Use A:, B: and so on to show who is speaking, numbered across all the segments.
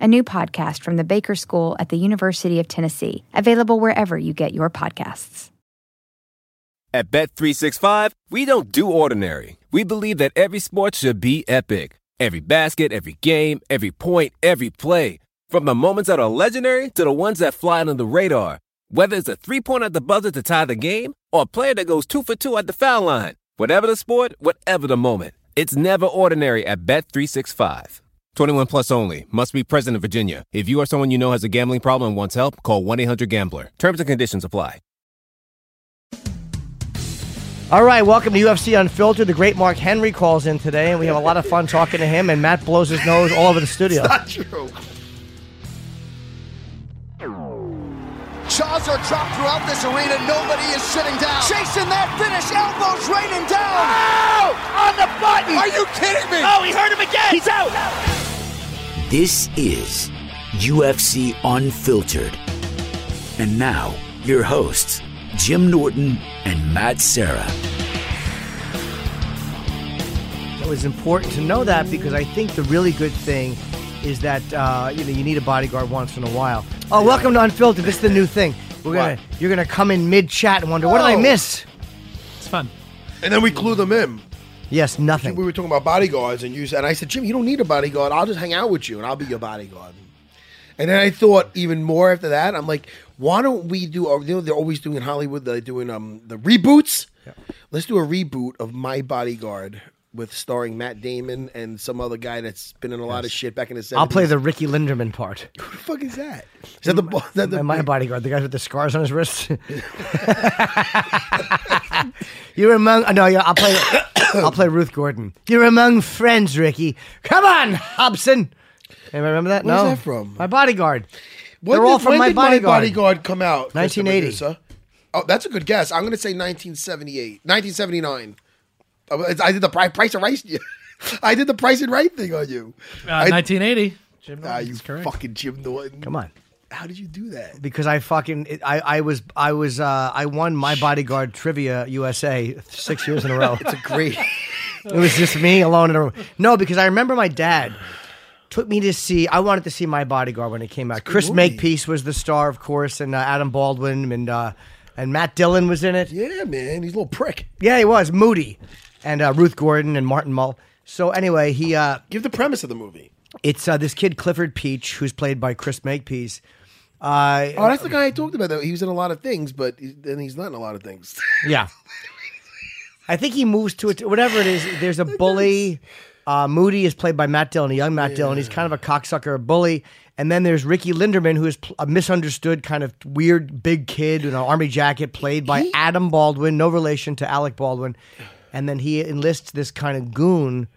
A: a new podcast from the Baker School at the University of Tennessee, available wherever you get your podcasts.
B: At Bet365, we don't do ordinary. We believe that every sport should be epic every basket, every game, every point, every play. From the moments that are legendary to the ones that fly under the radar. Whether it's a three pointer at the buzzer to tie the game or a player that goes two for two at the foul line. Whatever the sport, whatever the moment, it's never ordinary at Bet365. 21 plus only. Must be present in Virginia. If you or someone you know has a gambling problem and wants help, call 1 800 Gambler. Terms and conditions apply.
C: All right, welcome to UFC Unfiltered. The great Mark Henry calls in today, and we have a lot of fun talking to him. And Matt blows his nose all over the studio.
D: Not true. Jaws are dropped throughout this arena. Nobody is sitting down. Chasing that finish. Elbows raining down.
E: Ow! On the button.
D: Are you kidding me?
E: Oh, he hurt him again. He's out.
F: This is UFC Unfiltered. And now, your hosts, Jim Norton and Matt Sarah.
C: It was important to know that because I think the really good thing is that uh, you know you need a bodyguard once in a while. Oh, welcome to Unfiltered. This is the new thing. We're gonna you're gonna come in mid chat and wonder what did I
D: Whoa.
C: miss?
G: It's fun.
D: And then we clue them in.
C: Yes, nothing.
D: We were talking about bodyguards, and you said, and I said, Jim, you don't need a bodyguard. I'll just hang out with you, and I'll be your bodyguard. And then I thought even more after that. I'm like, why don't we do? You know, they're always doing in Hollywood. They're doing um the reboots. Let's do a reboot of My Bodyguard with starring Matt Damon and some other guy that's been in a lot of shit back in the 70s.
C: I'll play the Ricky Linderman part.
D: Who the fuck is that? Is that the? Is that the
C: And my bodyguard, the guy with the scars on his wrist. You're among no, yeah, I'll play. I'll play Ruth Gordon. You're among friends, Ricky. Come on, Hobson. Anybody remember that?
D: Where's
C: no.
D: that from?
C: My bodyguard.
D: When
C: They're
D: did,
C: all from
D: when
C: my
D: did
C: bodyguard.
D: My Bodyguard come out? Mr.
C: 1980.
D: Producer? Oh, that's a good guess. I'm going to say 1978, 1979. I was- Oh, I did the pri- price of rice. I did the price and right thing on you.
G: Uh,
D: I-
G: 1980. Jim
D: Ah, you
G: Norton's correct.
D: fucking Jim Norton.
C: Come on,
D: How did you do that?
C: because I fucking I, I was I was uh, I won my bodyguard trivia USA six years in a row. it's a great. it was just me alone in a room. No, because I remember my dad took me to see. I wanted to see my bodyguard when it came out. Chris Makepeace was the star, of course, and uh, Adam Baldwin and uh, and Matt Dillon was in it.
D: Yeah, man. He's a little prick.
C: Yeah, he was Moody, and uh, Ruth Gordon and Martin Mull. So anyway, he. Uh,
D: Give the premise of the movie.
C: It's uh, this kid Clifford Peach, who's played by Chris Makepeace. Uh,
D: Oh, that's the guy I talked about. Though he was in a lot of things, but he- then he's not in a lot of things.
C: yeah, I think he moves to it. Whatever it is, there's a bully. Uh, Moody is played by Matt Dillon, a young Matt Dillon. He's kind of a cocksucker, a bully. And then there's Ricky Linderman, who is pl- a misunderstood, kind of weird, big kid in an army jacket, played by Adam Baldwin, no relation to Alec Baldwin. And then he enlists this kind of goon,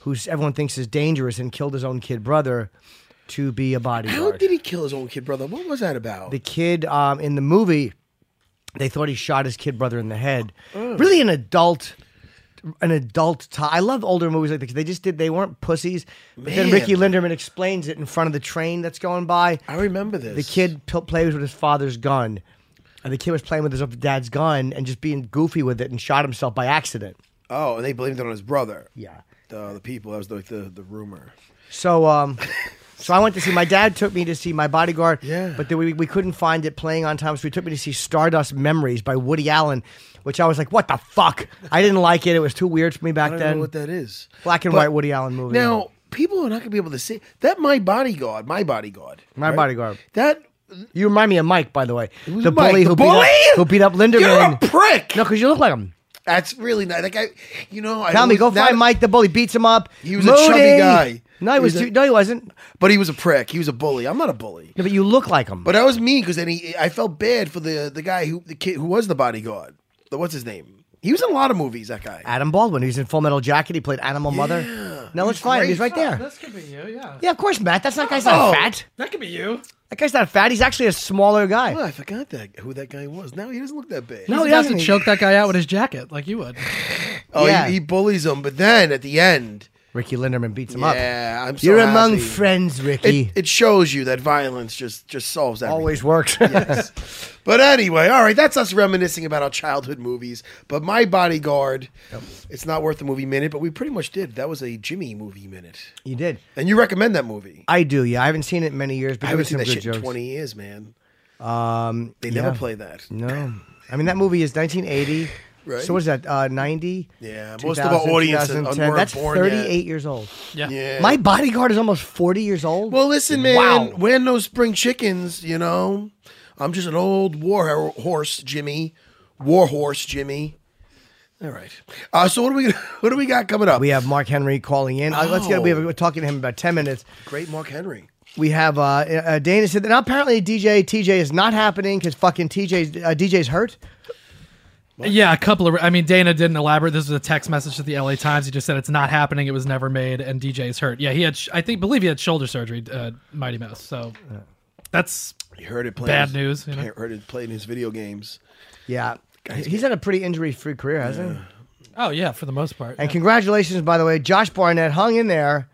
C: who everyone thinks is dangerous and killed his own kid brother, to be a bodyguard.
D: How did he kill his own kid brother? What was that about?
C: the kid um, in the movie, they thought he shot his kid brother in the head. Really, an adult, an adult. T- I love older movies like this. They just did. They weren't pussies. But then
D: Man.
C: Ricky Linderman explains it in front of the train that's going by.
D: I remember this.
C: The kid p- plays with his father's gun, and the kid was playing with his dad's gun and just being goofy with it and shot himself by accident.
D: Oh, and they blamed it on his brother.
C: Yeah.
D: The, the people. That was like the, the rumor.
C: So um so I went to see my dad took me to see my bodyguard.
D: Yeah.
C: But then we, we couldn't find it playing on time, so he took me to see Stardust Memories by Woody Allen, which I was like, what the fuck? I didn't like it. It was too weird for me back
D: I don't
C: then.
D: know what that is.
C: Black and
D: But
C: white Woody Allen movie.
D: Now, people are not going to be able to see that. My bodyguard, my bodyguard,
C: My
D: right?
C: Bodyguard.
D: That
C: You remind me of Mike, by the way.
D: Who's
C: the
D: Mike?
C: bully
D: The
C: who
D: bully?
C: beat up, who beat up Linderman.
D: You're a prick!
C: No, because you look like him.
D: that's really not like I. You know, I
C: Tell me,
D: always-
C: go
D: now-
C: find Mike the bully. Beats him up.
D: He was a chubby
C: Moody!
D: guy.
C: No, he,
D: He
C: was.
D: was a-
C: too, no, he wasn't.
D: but he was a prick. He was a bully. I'm not a bully.
C: No, but you look like him.
D: But that was me because then he. I felt bad for the the guy who the kid who was the bodyguard. The- What's his name? He was in a lot of movies. That guy.
C: Ah. Adam Baldwin. He's in Full Metal Jacket. He played Animal Mother. No, let's find him. He's
D: great.
C: right there.
G: This could be you, yeah.
C: Yeah, of course, Matt. That's not guy's
D: Oh.
C: not fat.
G: That could be you.
C: That guy's not fat. He's actually a smaller guy.
D: Oh, I forgot that who that guy was. Now he doesn't look that big.
G: No, he
C: doesn't
G: doesn't
C: he?
G: choke that guy out with his jacket like you would.
D: Oh,
C: Yeah.
D: he, he bullies him, but then at the end,
C: Ricky Linderman beats him up.
D: yeah, I'm so
C: You're among
D: happy.
C: friends, Ricky.
D: It, it shows you that violence just just solves everything.
C: Always works.
D: But anyway, all right, that's us reminiscing about our childhood movies. But my bodyguard, it's not worth the movie minute, but we pretty much did. That was a Jimmy movie minute,
C: you did.
D: and you recommend that movie.
C: I do. Yeah, I haven't seen it in many years, but
D: I
C: there were
D: haven't seen
C: some good
D: that shit
C: jokes.
D: in 20 years, man.
C: Um,
D: They
C: yeah.
D: never play that.
C: No, I mean that movie is 1980.
D: Right.
C: So what is that? Uh, 90.
D: Yeah, most of our
C: 2000,
D: audience
C: 2010.
D: weren't
C: That's
D: born
C: 38
D: yet.
C: years old.
G: Yeah.
D: Yeah.
C: My bodyguard is almost 40 years old.
D: well, listen, man,
C: Wow.
D: we're no spring chickens, you know. I'm just an old war hor- horse, Jimmy. War horse, Jimmy. All right. Uh, so what do we what do we got coming up?
C: we have Mark Henry calling in. Uh, Let's get. We
D: Oh.
C: have, we're talking to him in about 10 minutes.
D: Great Mark Henry.
C: We have uh, uh, Dana said that now apparently DJ TJ is not happening because fucking TJ uh, DJ's hurt.
G: Yeah, a couple of. I mean, Dana didn't elaborate. This was a text message to the LA Times. He just said it's not happening. It was never made, and DJ's hurt. Yeah, he had. sh- I think believe he had shoulder surgery. Uh, Mighty Mouse. So that's
D: You heard it playing
G: bad
D: his-
G: news. You know?
D: heard it playing his video games.
C: Yeah. He's had a pretty injury-free career, hasn't he?
G: Oh yeah, for the most part.
C: And congratulations, by the way, Josh Barnett hung in there.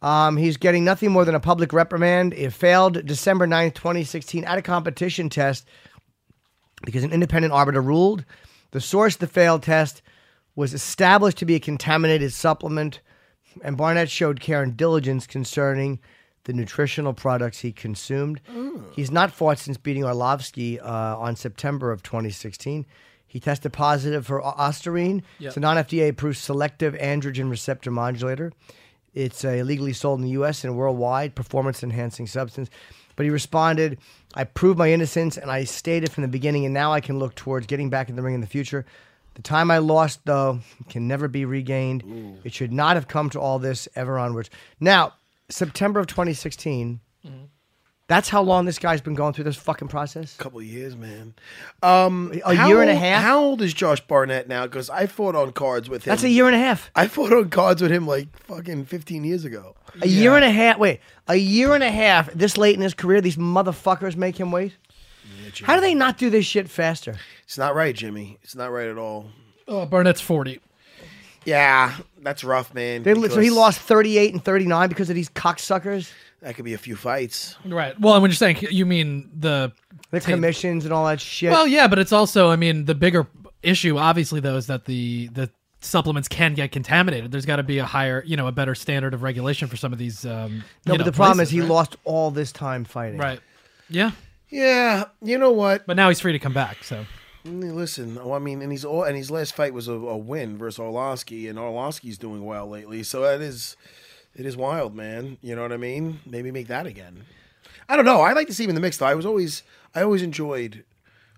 C: Um, he's getting nothing more than a public reprimand. It failed December 9th, 2016, at a competition test because an independent arbiter ruled the source of the failed test was established to be a contaminated supplement, and Barnett showed care and diligence concerning the nutritional products he consumed. He's not fought since beating Orlovsky uh, on September of 2016. He tested positive for o- Osterine. It's a non FDA approved selective androgen receptor modulator. It's uh, illegally sold in the U.S. and worldwide, performance enhancing substance. But he responded, I proved my innocence and I stated from the beginning, and now I can look towards getting back in the ring in the future. The time I lost, though, can never be regained. It should not have come to all this ever onwards. Now, September of 2016,
D: Mm-hmm.
C: that's how long this guy's been going through this fucking process?
D: couple of years, man.
C: A
D: How
C: year and a
D: old-
C: half?
D: How old is Josh Barnett now? Because I fought on cards with him.
C: that's a year and a half.
D: I fought on cards with him like fucking 15 years ago.
C: A year and a half. Wait, a year and a half this late in his career, these motherfuckers make him wait? How do they not do this shit faster?
D: It's not right, Jimmy. It's not right at all.
G: Oh, Barnett's forty.
D: Yeah, that's rough, man.
C: They, so he
D: because
C: lost 38 and 39 because of these cocksuckers,
D: That could be a few fights.
G: Right. Well, and when you're saying you mean the
C: the commissions and all that shit.
G: Well, yeah, but it's also, I mean, the bigger issue, obviously, though, is that the the supplements can get contaminated. There's got to be a higher, you know, a better standard of regulation for some of these. Um,
C: no, but
G: you know,
C: the problem is
G: places,
C: he
G: right?
C: lost all this time fighting.
G: Right. Yeah,
D: Yeah, you know what?
G: but now he's free to come back. So
D: Mm, Listen, oh, I mean, and he's all, and his last fight was a, a win versus Orlovsky, and Orlovsky's doing well lately. So that is, it is wild, man. You know what I mean? Maybe make that again. I don't know. I like to see him in the mix. Though I was always, I always enjoyed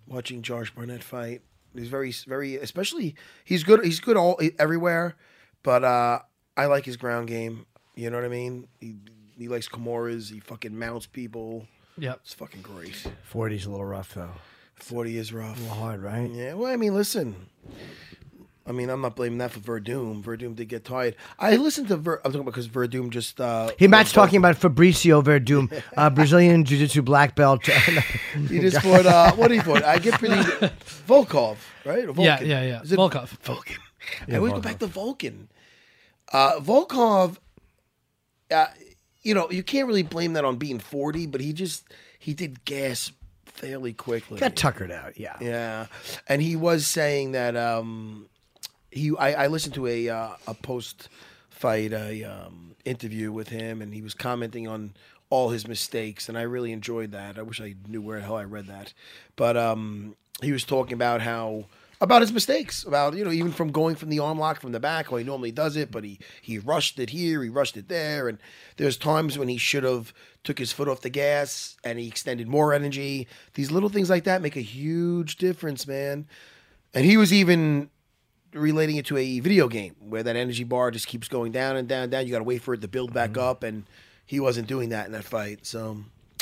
D: watching Josh Barnett fight. He's very, very, especially he's good. He's good all everywhere, but uh, I like his ground game. You know what I mean? He he likes Kimuras. He fucking mounts people.
G: yeah,
D: It's fucking great.
C: 40's a little rough, though.
D: Forty is rough.
C: Hard, right?
D: Yeah, well, I mean, listen. I mean, I'm not blaming that for Verdum. Verdum did get tired. I listened to Ver. I'm talking about because Verdum just. Uh,
C: He Matt's talking about Fabricio Verdum, uh, Brazilian Jiu Jitsu black belt.
D: He just fought. Uh, what did he fought? I get pretty. Volkov, right? Or
G: yeah,
D: Volkin.
G: yeah, yeah.
D: Is it-
G: Volkov.
D: Vulcan. I always go back to Vulcan. Uh, Volkov, uh, you know, you can't really blame that on being 40, but he just he did gas fairly quickly.
C: Got tuckered out, yeah.
D: Yeah, and he was saying that um, he. I, I listened to a uh, a post fight a um, interview with him, and he was commenting on all his mistakes, and I really enjoyed that. I wish I knew where the hell I read that, but um, he was talking about how. About his mistakes, about you know, even from going from the arm lock from the back, how he normally does it, but he he rushed it here, he rushed it there, and there's times when he should have took his foot off the gas and he extended more energy. These little things like that make a huge difference, man. And he was even relating it to a video game where that energy bar just keeps going down and down and down. You got to wait for it to build
C: Mm-hmm.
D: back up, and he wasn't doing that in that fight. So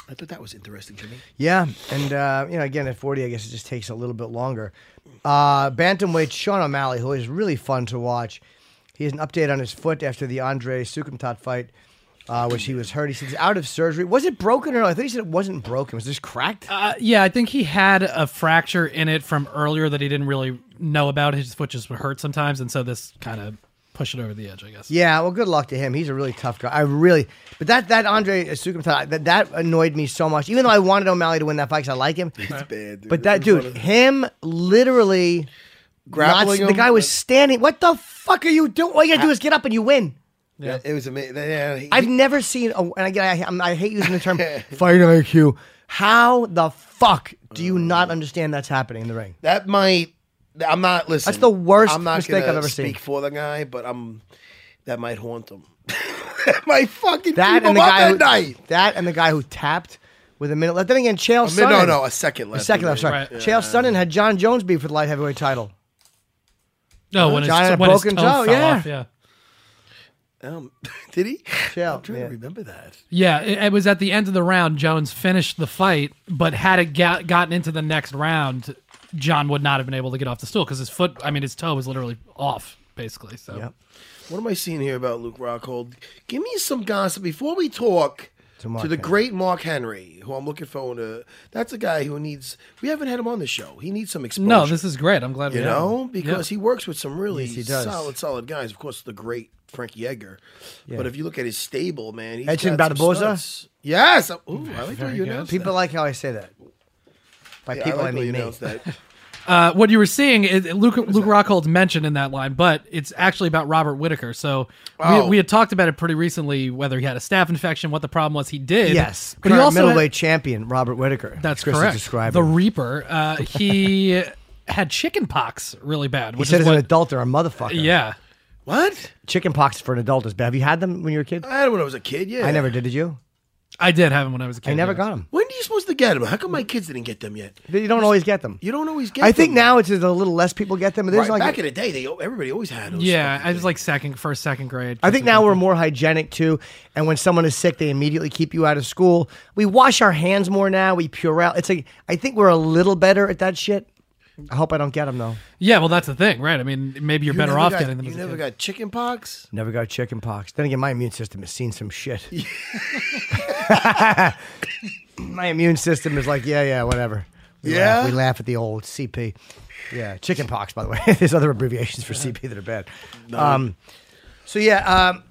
D: I thought that was interesting, Jimmy.
C: Yeah, and uh, you know, again at forty, I guess it just takes a little bit longer. Uh, bantamweight Sean O'Malley, who is really fun to watch, He has an update on his foot after the Andre Sukumtat fight, uh, which he was hurt. He said he's out of surgery. Was it broken or no? I thought he said it wasn't broken. Was this cracked?
G: Uh, yeah, I think he had a fracture in it from earlier that he didn't really know about. His foot just would hurt sometimes, and so this kind of pushed it over the edge, I guess.
C: Yeah, well, good luck to him. He's a really tough guy. I really, but that that Andre Sukumtat that that annoyed me so much. Even though I wanted O'Malley to win that fight because I like him,
D: It's bad, dude.
C: but that
D: It
C: dude,
D: was one of-
C: him literally
D: Grappling
C: not-
D: him
C: the guy was
D: with-
C: standing. What the fuck are you doing? All you gotta do is get up and you win.
D: yeah, it was amazing. Yeah, he-
C: I've never seen, a, and again, I, I'm- I hate using the term fight IQ. How the fuck do you not understand that's happening in the ring?
D: that might. I'm not listening.
C: the worst
D: I'm not
C: mistake
D: gonna
C: I've ever seen.
D: Speak for the guy, but I'm. That might haunt him. that might fucking
C: That and
D: keep him
C: the
D: up
C: guy
D: at
C: who,
D: night.
C: that and the guy who tapped with a minute left. Then again, Chael
D: I mean, no,
C: Sonnen-
D: no, a second left.
C: a second left. Sorry,
G: Right.
C: Chael Sonnen had John Jones beat for the light heavyweight title.
G: No, when,
C: John had a
G: his, when his toe,
C: broken toe,
G: fell
C: yeah.
G: off, yeah.
D: Um, did he?
C: Chael,
D: I'm trying
C: yeah.
D: to remember that.
G: Yeah, it, it was at the end of the round. Jones finished the fight, but had it got, gotten into the next round, John would not have been able to get off the stool because his foot, I mean, his toe was literally off, basically. So
C: Yep.
D: What am I seeing here about Luke Rockhold? Give me some gossip before we talk
C: To
D: to,
C: Mark
D: the
C: Henry.
D: great Mark Henry, who I'm looking forward to. That's a guy who needs. We haven't had him on the show. He needs some exposure.
G: no, this is great. I'm glad
D: you
G: we have
D: know
G: him.
D: because he works with some really
C: Yes, he does.
D: solid, solid guys. Of course, the great Frankie Edgar. But if you look at his stable, man, he's
C: Edson
D: got some
C: Barboza?
D: studs. Yes. Oh, Ooh, I like the way you announced that.
C: People like how I say that. By
D: Yeah,
C: people,
D: I
C: I,
D: like the way
C: mean
D: you
C: me.
D: announced that.
G: Uh, what you were seeing is Luke Luke Rockhold's mentioned in that line, but it's actually about Robert Whitaker. So
D: Oh.
G: we, we had talked about it pretty recently, whether he had a staph infection, what the problem was. He did,
C: Yes,
G: but
C: current
G: he also
C: middleweight
G: had,
C: champion Robert Whitaker.
G: that's
C: Chris is
G: correct.
C: describing.
G: The Reaper, uh, he had chicken pox really bad.
C: he
G: Which
C: said
G: is
C: as
G: what,
C: an adult or a motherfucker.
G: yeah,
D: What?
C: chicken pox for an adult is bad. Have you had them when you were a kid?
D: I don't know. When I was a kid, yeah.
C: I never did. Did you?
G: I did have him when I was a kid.
C: I never
G: yes.
C: got them.
D: When are you supposed to get them? How come my kids didn't get them yet?
C: You don't always get them.
D: You don't always get.
C: I think
D: them.
C: now it's just a little less people get them. But there's
D: Right,
C: like
D: back in the day, they everybody always had those.
G: Yeah,
D: fucking
G: I was
D: things.
G: like second, first, second grade.
C: I think now we're more hygienic too. And when someone is sick, they immediately keep you out of school. We wash our hands more now. We Purell. It's like I think we're a little better at that shit. I hope I don't get them though.
G: Yeah, well, that's the thing, right? I mean, maybe you're
D: You
G: better
D: never
G: off
D: got-
G: getting them.
D: You
G: as a
D: never
G: kid.
D: got chicken pox.
C: Never got chicken pox. Then again, my immune system has seen some shit. my immune system is like, yeah, yeah, whatever. We
D: Yeah?
C: Laugh, we laugh at the old CP. Yeah, chicken pox, by the way. There's other abbreviations for CP that are bad. Um, so, yeah, um,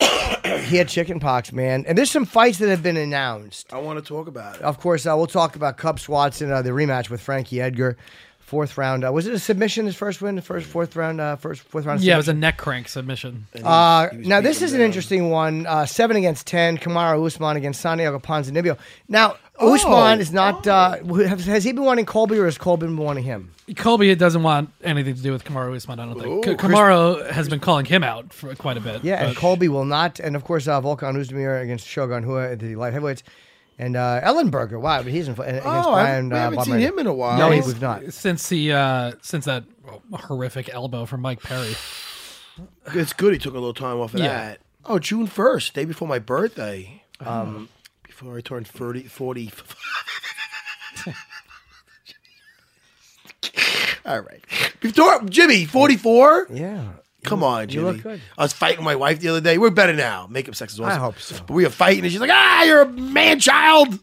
C: he had chicken pox, man. And there's some fights that have been announced.
D: I want to talk about it.
C: Of course, uh, we'll talk about Cub Swatson, uh, the rematch with Frankie Edgar. Fourth round. Uh, was it a submission, his first win? First, fourth round, uh, first, fourth round.
G: Yeah, it was
C: submission?
G: a neck crank submission.
C: Uh,
D: He was
C: now this
D: beating
C: is
D: him
C: an
D: down.
C: interesting one. Uh, seven against ten. Kamara Usman against Santiago Ponzinibbio. Now
D: Oh.
C: Usman is not. Uh, wh- has, has he been wanting Colby or has Colby been wanting him?
G: Uh, Colby doesn't want anything to do with Kamaru Usman. I don't think K- Kamaru has been calling him out for quite a bit.
C: Yeah, and
D: Uh,
G: but-
C: Colby will not. And of course, uh, Volkan Uzdemir against Shogun Hua at the light heavyweights, and uh, Ellenberger. Wow, but he's in, against
D: Oh, I
C: Brian.
D: haven't, we
C: uh,
D: haven't
C: Bob
D: seen
C: Murray.
D: him in a while.
C: No,
G: He's-
C: we've not.
G: since the uh, since that horrific elbow from Mike Perry.
D: It's good he took a little time off of
G: Yeah.
D: that. Oh, June first, day before my birthday.
G: Oh.
D: Um, before I turned 30, 40. All right, before Jimmy forty four.
C: Yeah.
D: Come on, Jimmy.
C: look good.
D: I was fighting my wife the other day. We're better now. Makeup sex is awesome.
C: I hope so.
D: But we were fighting, and she's like, "Ah, you're a man child."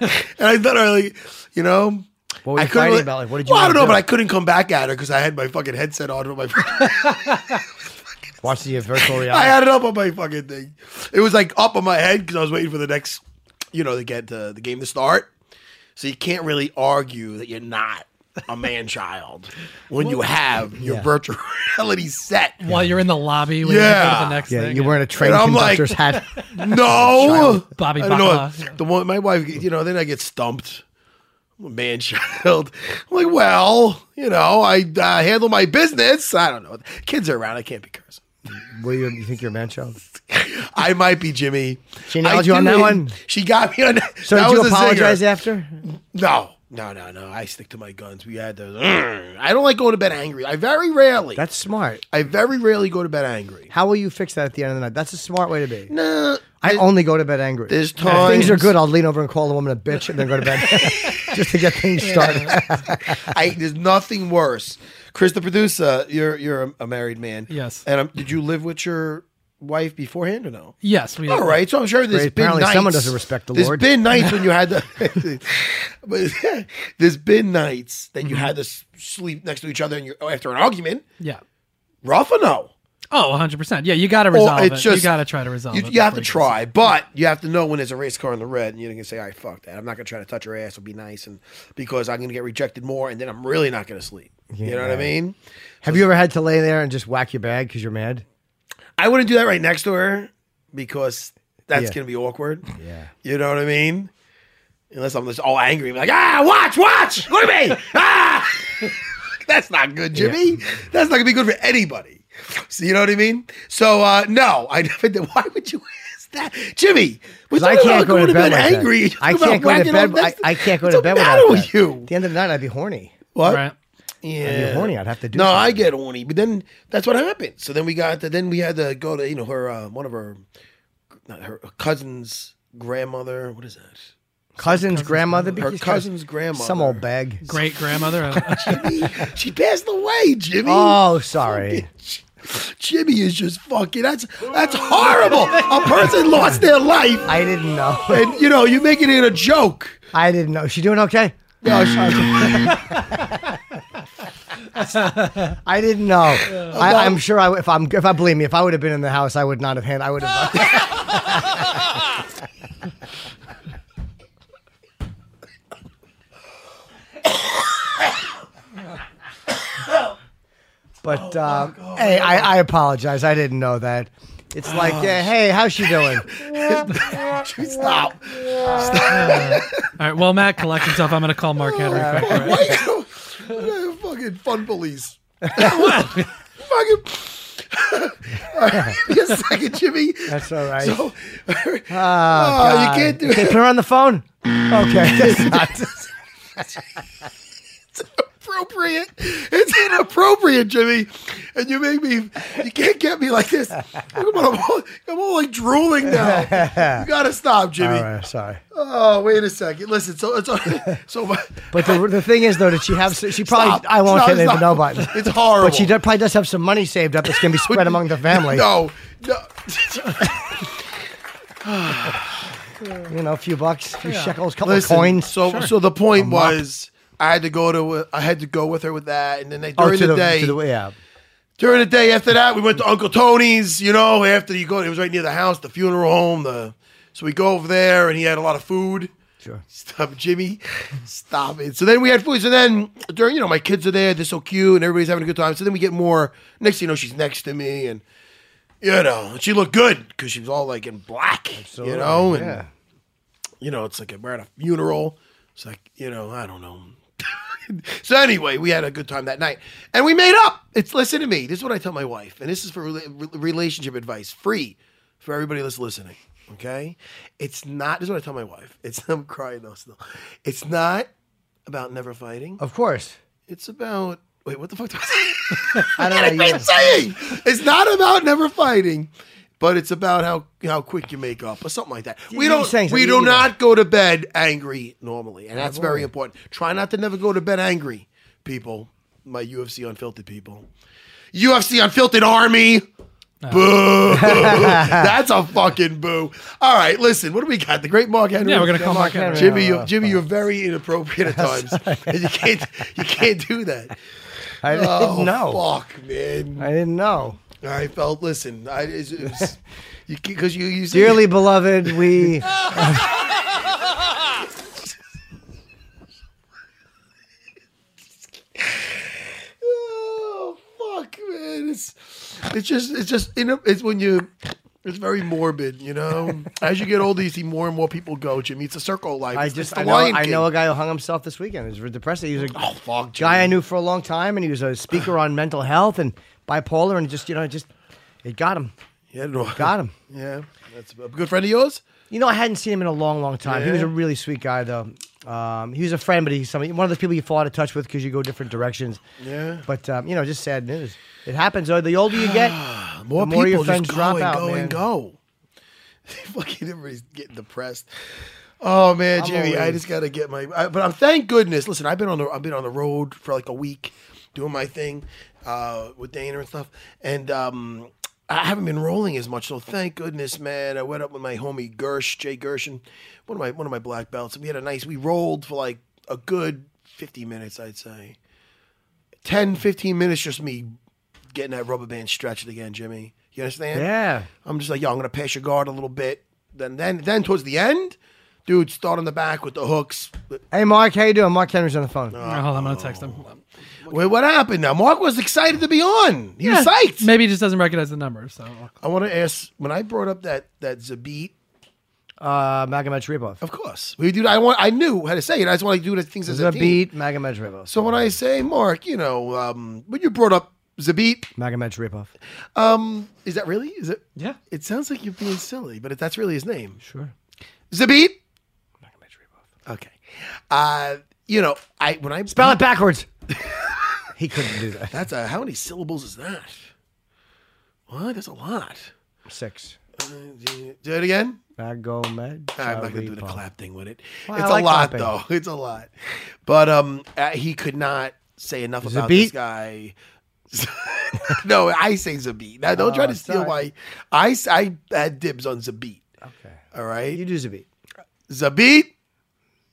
D: and I thought, I like, you know,
C: What were you
D: I couldn't
C: fighting
D: really-
C: about? Like, what did you?
D: Well, I
C: wanna
D: don't know,
C: do?
D: but I couldn't come back at her because I had my fucking headset on with my.
C: watch the virtual
D: I
C: reality.
D: had it up on my fucking thing. It was like up on my head because I was waiting for the next, you know, to get uh, the game to start. So you can't really argue that you're not a man child when you have your
C: Yeah.
D: virtual reality set.
G: While you're in the lobby, when you go to
D: Yeah.
G: the next
C: Yeah,
G: thing.
C: you're wearing a train
D: And I'm like-
C: conductor's hat.
D: No,
G: Bobby
D: I don't know.
G: Bacala, yeah.
D: The one, my wife, you know, then I get stumped. I'm a man child. I'm like, well, you know, I uh, handle my business. I don't know. Kids are around. I can't be cursing.
C: What do you, you think you're a man child?
D: I might be Jimmy.
C: She nailed
D: I
C: you on
D: do
C: that
D: it.
C: one?
D: She got me on that.
C: So
D: that
C: did you
D: was a zinger.
C: apologize after?
D: No, no, no, no. I stick to my guns. We had those. Mm. I don't like going to bed angry. I very rarely.
C: That's smart.
D: I very rarely go to bed angry.
C: How will you fix that at the end of the night? That's a smart way to be.
D: No,
C: I only go to bed angry.
D: There's
C: If things are
D: times-
C: good, I'll lean over and call the woman a bitch and then go to bed just to get things started.
D: I, there's nothing worse Chris, the producer, you're you're a- a married man.
G: Yes.
D: And um, did you live with your wife beforehand or no?
G: Yes, we
D: All right, so I'm sure there's
C: Great.
D: been
C: Apparently
D: nights.
C: someone doesn't respect the
D: there's
C: Lord.
D: been nights when you had the, but there's been nights that
C: Mm-hmm.
D: you had to s- sleep next to each other and you after an argument.
G: Yeah.
D: Rough or no?
G: Oh, 100%. Yeah, you got to
D: Or
G: resolve it.
D: it's
G: you
D: just-
G: got to try to resolve
D: You,
G: it.
D: you have to
G: before
D: try,
G: you
D: but you have to know when there's a race car in the red, and you're gonna say, "All right, fuck that. I'm not gonna try to touch her ass or be nice, and because I'm gonna get rejected more, and then I'm really not gonna sleep." You know what I mean?
C: Have you ever had to lay there and just whack your bag because you're mad?
D: I wouldn't do that right next to her because that's
C: Yeah.
D: gonna be awkward.
C: Yeah.
D: You know what I mean? Unless I'm just all angry, I'm like, ah, watch, watch, look at me, ah. that's not good, Jimmy. That's not gonna be good for anybody. So you know what I mean? So uh, no, I never did. Why would you ask that, Jimmy? We're
C: 'Cause I
D: talking
C: can't
D: about
C: go to bed like
D: angry.
C: that.
D: You're
C: I
D: talking
C: can't go
D: about
C: to
D: whacking
C: bed.
D: off
C: I,
D: next-
C: I can't go
D: What's
C: to
D: the
C: bed
D: matter
C: without
D: with
C: that.
D: you.
C: At the end of the night, I'd be horny.
D: What?
G: Right.
D: Yeah.
C: I'd be horny. I'd have to do.
D: No,
C: something.
D: I get horny, but then that's what happened. So then we got to, then we had to go to you know her uh, one of her not her cousin's grandmother. What is that?
C: cousin's grandmother.
D: Her
C: because-
D: cousin's grandmother.
C: Some old bag.
G: Great grandmother.
D: Jimmy, she passed away, Jimmy.
C: Oh, sorry.
D: Jimmy is just fucking. That's that's horrible. A person lost their life,
C: I didn't know.
D: and you know you're making it a joke.
C: I didn't know. She doing okay?
D: No, she-
C: I didn't know. I, I'm sure. I, if I'm, if I believe me, if I would have been in the house, I would not have hand. I would have.
D: Oh
C: But um, hey, I, I apologize. I didn't know that. It's like,
D: Oh.
C: yeah, hey, how's she doing?
D: stop.
G: All right. Well, Matt, collect yourself. I'm going to call Mark Henry. quick. All right.
D: Why you gotta- fucking fun police? fucking. Give me a second, Jimmy.
C: That's all right.
D: So, oh, Ah, you
C: Ah, God.
D: can't do
C: Okay,
D: it. Mm.
C: put her on the phone. Okay. that's not-
D: Appropriate. It's inappropriate, Jimmy. And you make me. You can't get me like this. Look, I'm all, I'm all like drooling now. You gotta stop, Jimmy.
C: all right. Sorry.
D: Oh, wait a second. Listen. So it's so. my-
C: But the, the thing is, though, that she have she probably
D: Stop.
C: I won't
D: Stop,
C: hit the
D: stop.
C: no button.
D: It's horrible.
C: But she do- probably does have some money saved up that's gonna be spread among the family.
D: No. No.
C: You know, a few bucks, a few shekels, a couple
D: Listen,
C: of coins.
D: So, so the point
C: mop.
D: was, I had to go to, I had to go with her with that, and then they,
C: Oh,
D: during
C: to
D: the, day,
C: to the, yeah.
D: during the day after that, we went to Uncle Tony's. You know, after you go, it was right near the house, the funeral home. The so we go over there, and he had a lot of food.
C: Sure.
D: Stop, Jimmy. Stop it. So then we had food. So then during, you know, my kids are there. They're so cute, and everybody's having a good time. So then we get more. Next, thing you know, she's next to me, and you know, she looked good because she was all like in black. You know, and
C: yeah.
D: you know, it's like we're at a funeral. It's like, you know, I don't know. so anyway, we had a good time that night, and we made up. It's listen to me. This is what I tell my wife, and this is for rela- re- relationship advice, free for everybody that's listening. Okay, it's not. This is what I tell my wife. It's I'm crying though. Still, it's not about never fighting.
C: Of course.
D: It's about wait. What the fuck? Do I say?
C: I don't know.
D: I've been
C: You,
D: saying it's not about never fighting, but it's about how how quick you make up or something like that. We
C: you
D: don't
C: saying
D: we
C: something,
D: do
C: you know.
D: not go to bed angry normally, and that's very important. Try not to never go to bed angry, people. My UFC unfiltered people, UFC unfiltered army. Boo! That's a fucking boo. All right, listen. What do we got? The great Mark Henry.
G: Yeah, we're going to call Mark Henry.
D: Jimmy, you, Jimmy, you're very inappropriate at times, and you can't you can't do that.
C: I didn't
D: Oh
C: know.
D: fuck, man!
C: I didn't know.
D: I felt. Listen, I it's, it's, you because you you said-
C: Dearly beloved, we
D: Oh fuck, man! It's it's just it's just in a, it's when you it's very morbid, you know. As you get older, you see more and more people go. Jimmy, it's a circle of life.
C: I
D: It's-
C: just
D: it's the
C: I know,
D: Lion
C: I
D: King.
C: know a guy who hung himself this weekend. He was depressed. He was a
D: Oh fuck, Jimmy.
C: guy I knew for a long time, and he was a speaker on mental health and bipolar, and just you know, just it got him.
D: Yeah, no.
C: Got him.
D: Yeah, that's a good friend of yours.
C: You know, I hadn't seen him in a long, long time. He was a
D: Yeah.
C: really sweet guy, though. Um, he was a friend, but he's somebody, one of those people you fall out of touch with because you go different directions.
D: Yeah.
C: But um, you know, just sad news. It happens. Though. The older you get,
D: More,
C: the more
D: people
C: your friends
D: just go
C: drop
D: and
C: out,
D: go
C: man.
D: and go. Fucking everybody's getting depressed. Oh man, Jimmy, I just gotta get my. I, but I'm thank goodness. Listen, I've been on the I've been on the road for like a week, doing my thing uh, with Dana and stuff, and um, I haven't been rolling as much. So thank goodness, man. I went up with my homie Gersh, Jay Gershon, one of my one of my black belts, and we had a nice. We rolled for like a good 50 minutes, I'd say. 10, 15 minutes, just me getting that rubber band stretched again, Jimmy. You understand?
C: Yeah.
D: I'm just like, yo, I'm gonna pass your guard a little bit. Then then then towards the end, dude, start on the back with the hooks.
C: Hey, Mark, how you doing? Mark Henry's on the phone.
G: hold on, I'm gonna text him.
D: Wait, what happened now? Mark was excited to be on. He was psyched.
G: Maybe he just doesn't recognize the number. So
D: I want to ask when I brought up that that Zabit.
C: Uh, Magomed Sharipov.
D: Of course, we do. I want. I knew how to say it. I just want to do the things as a team.
C: Zabit Magomed Sharipov.
D: So when I say Mark, you know, um, when you brought up Zabit,
C: Magomed Sharipov.
D: um, is that really? Is it?
G: yeah,
D: It sounds like you're being silly, but that's really his name.
C: Sure.
D: Zabit. Okay. Uh, you know, I when I
C: Spell it backwards. he couldn't do that.
D: That's a, how many syllables is that? What? That's a lot. Uh,
C: Six.
D: Do it again.
C: Magomed.
D: I'm not gonna do the
C: Sharipov.
D: clap thing with it.
C: Well, I
D: it's
C: like
D: a lot,
C: clapping.
D: though. It's a lot. But um, uh, he could not say enough about this
C: Zabit?
D: guy. no, I say Zabit. Now, don't try to steal
C: Oh, sorry.
D: my. I s- I had dibs on Zabit.
C: Okay.
D: All right,
C: You do Zabit.
D: Zabit.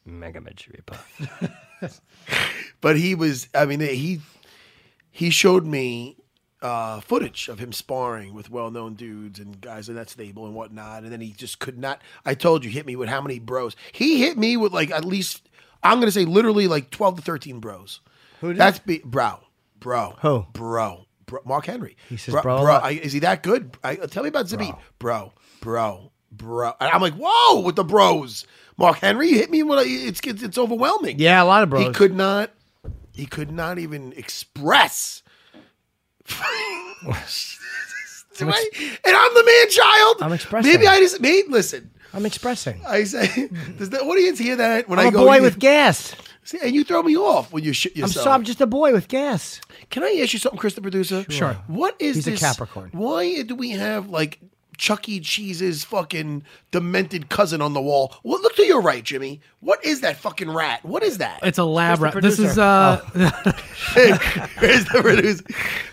C: Magomed Sharipov.
D: But he was. I mean, he he showed me uh, footage of him sparring with well-known dudes and guys in that stable and whatnot. And then he just could not. I told you, hit me with how many bros? He hit me with like at least. I'm gonna say literally like 12 to 13 bros. Who
C: did?
D: That's be, bro, bro,
C: Who?
D: bro, bro, Mark Henry. He
C: says bro a lot.
D: I, is he that good? I, uh, tell me about Zabit, bro, bro, bro. And I'm like, whoa, with the bros. Mark Henry hit me with a, it's, it's it's overwhelming.
C: Yeah, a lot of bros.
D: He could not. He could not even express. Do I- and I'm the man child.
C: I'm expressing.
D: Maybe I just made. Listen,
C: I'm expressing.
D: I say, does the audience hear that when
C: I'm
D: I
C: a
D: go?
C: boy
D: you-
C: with gas.
D: See, and you throw me off when you shit
C: I'm
D: yourself.
C: so I'm just a boy with gas.
D: Can I ask you something, Chris, the producer?
G: Sure.
D: What is
C: He's a
D: this?
C: Capricorn.
D: Why do we have like Chuck E. Cheese's fucking demented cousin on the wall? Well, look to your right, Jimmy. What is that fucking rat? What is that?
G: it's a lab rat.
C: the
G: This is
C: producer?
G: uh,
D: Oh. Where's the producer?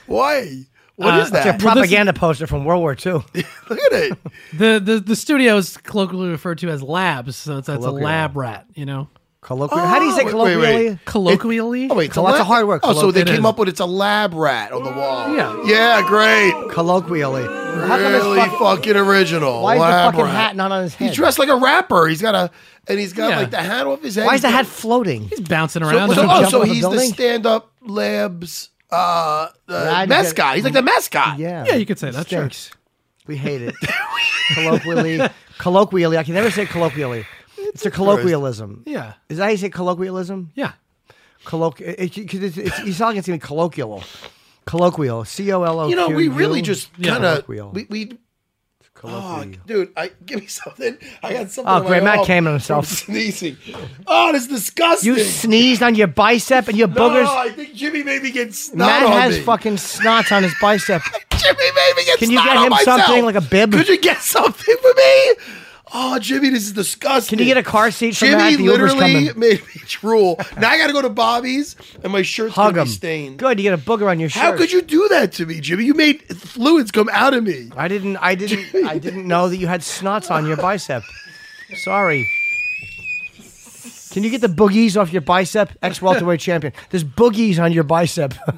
D: Why? What
G: Uh,
D: is that?
C: It's a propaganda poster from World War II.
D: Look at it.
G: the, the the studio is colloquially referred to as labs. So it's, it's a
C: Colloquial.
G: lab rat. You know,
C: Colloquially. How do you say
D: Oh, wait, wait, wait.
C: colloquially?
G: colloquially.
D: Oh wait, it's
C: Lots
D: lab-
C: of hard work,
D: Oh, so
C: Cologne.
D: they
G: It
D: came
G: is.
D: up with it's a lab rat on the wall.
G: Yeah.
D: yeah, great,
C: Colloquially. How come it's
D: really
C: fucking-
D: fucking original.
C: Why is the
D: lab
C: fucking
D: rat.
C: hat not on his head?
D: He's dressed like a rapper. He's got a, and he's got
G: Yeah.
D: like the hat off his head.
C: Why is the
D: He's got-
C: hat floating?
G: He's bouncing
D: So,
G: around.
D: so,
C: Jump
D: oh,
C: off
D: so
C: a
D: he's the
C: building?
D: stand-up labs uh, uh,
C: Rad-
D: mascot. He's like the mascot.
C: Yeah.
G: Yeah, you could say that, sure.
C: Stinks. We hate it. colloquially. Colloquially. I can never say colloquially. It's a colloquialism.
G: yeah,
C: Is that how you say colloquialism?
G: yeah.
C: Colloquial. It, it, 'cause it's, it's, you sound like it's going to be colloquial. Colloquial. C O L O.
D: You know, we really just
G: Yeah.
D: kind of
C: Colloquial.
D: we, we Oh,
C: Colloquial.
D: dude, I give me something. I got something.
C: Oh,
D: on my
C: great, Matt
D: arm
C: came on himself.
D: from Sneezing. Oh, that's disgusting.
C: You sneezed on your bicep and your
D: no,
C: boogers.
D: I think Jimmy made me get snot
C: Matt
D: on
C: has
D: me.
C: fucking snots on his bicep.
D: Jimmy made me get
C: Can you
D: snot
C: get
D: on
C: him
D: myself.
C: something, like a bib?
D: Could you get something for me? Oh, Jimmy, this is disgusting.
C: Can you get a car seat for
D: Jimmy
C: Matt? The Uber's
D: literally
C: coming.
D: made me drool. Now I got to go to Bobby's, and my shirt's
C: Hug
D: gonna
C: him.
D: be stained.
C: Good. You get a booger on your shirt.
D: How could you do that to me, Jimmy? You made fluids come out of me.
C: I didn't. I didn't. I didn't know that you had snots on your bicep. Sorry. Can you get the boogies off your bicep? Ex welterweight champion. There's boogies on your bicep.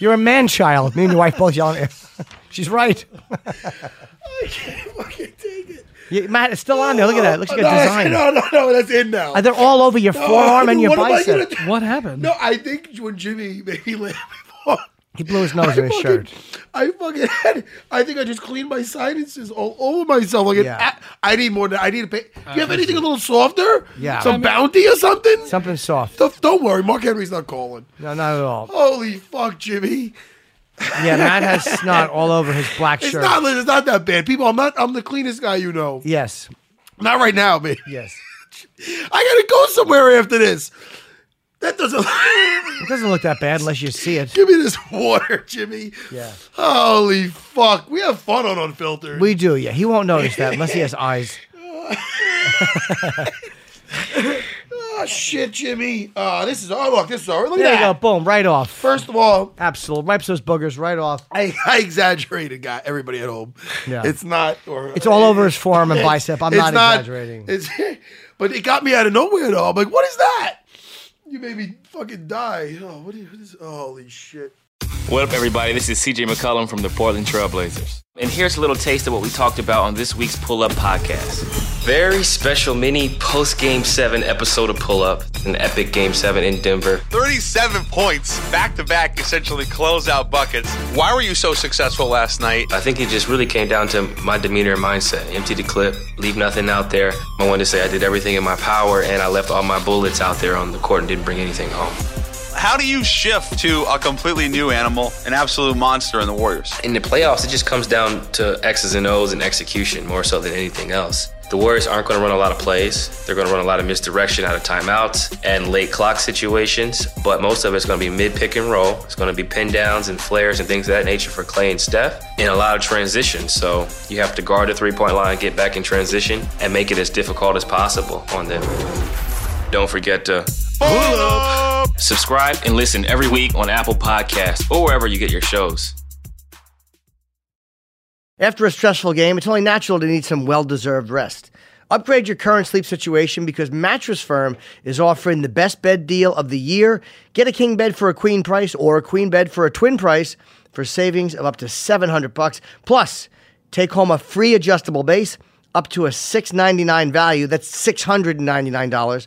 C: You're a man child. Me and your wife both yelling. At you. She's right.
D: I can't fucking take it.
C: Yeah, Matt, it's still on there. Look at that. Looks like a
D: no,
C: design.
D: No, no, no, that's in now.
C: Uh, They're all over your
D: No,
C: forearm and your
D: what am I gonna
C: bicep.
D: do?
G: What happened?
D: No, I think when Jimmy made me laugh before.
C: He blew his nose in his
D: fucking-
C: shirt.
D: I fucking had. I think I just cleaned my sinuses all over myself. Like,
C: Yeah.
D: I, I need more. than- I need to pay. Do you have anything a little softer?
C: Yeah.
D: Some
C: Uh, I mean-
D: bounty or something?
C: Something soft.
D: Don't- Don't worry, Mark Henry's not calling.
C: No, not at all.
D: Holy fuck, Jimmy!
C: Yeah, Matt has snot all over his black
D: It's
C: shirt.
D: not. It's not that bad. People, I'm not. I'm the cleanest guy you know.
C: yes.
D: Not right now, man.
C: Yes.
D: I gotta go somewhere after this. That doesn't.
C: It doesn't look that bad unless you see it.
D: Give me this water, Jimmy.
C: Yeah.
D: Holy fuck. We have fun on Unfiltered.
C: We do, yeah. He won't notice that unless he has eyes.
D: oh, shit, Jimmy. Uh, this is. Oh, look, this is. Look at
C: There you go,
D: that.
C: boom, right off.
D: First of all,
C: Absolute. Wipes those boogers right off.
D: I, I exaggerated, guy. Everybody at home.
C: Yeah.
D: It's not. Or
C: It's all over his forearm and bicep. I'm
D: It's
C: not, exaggerating.
D: It's, but it got me out of nowhere, though. I'm like, what is that? You made me fucking die. Oh, what is, what is holy shit.
H: What up, everybody? This is CJ McCollum from the Portland Trailblazers. And here's a little taste of what we talked about on this week's Pull Up podcast. Very special mini post Game 7 episode of Pull Up, an epic Game 7 in Denver.
I: 37 points back to back, essentially closeout buckets. Why were you so successful last night? Uh,
H: I think it just really came down to my demeanor and mindset. Empty the clip, leave nothing out there. I wanted to say I did everything in my power and I left all my bullets out there on the court and didn't bring anything home.
I: How do you shift to a completely new animal, an absolute monster in the Warriors?
H: In the playoffs, it just comes down to X's and O's and execution more so than anything else. The Warriors aren't going to run a lot of plays. They're going to run a lot of misdirection out of timeouts and late clock situations, but most of it's going to be mid pick and roll. It's going to be pin downs and flares and things of that nature for Clay and Steph, and a lot of transition. So you have to guard the three point line, get back in transition, and make it as difficult as possible on them. Don't forget to pull up. Subscribe and listen every week on Apple Podcasts or wherever you get your shows.
C: After a stressful game, it's only natural to need some well deserved rest. Upgrade your current sleep situation because Mattress Firm is offering the best bed deal of the year. Get a king bed for a queen price or a queen bed for a twin price for savings of up to 700 bucks. Plus, take home a free adjustable base up to a $699 value. That's $699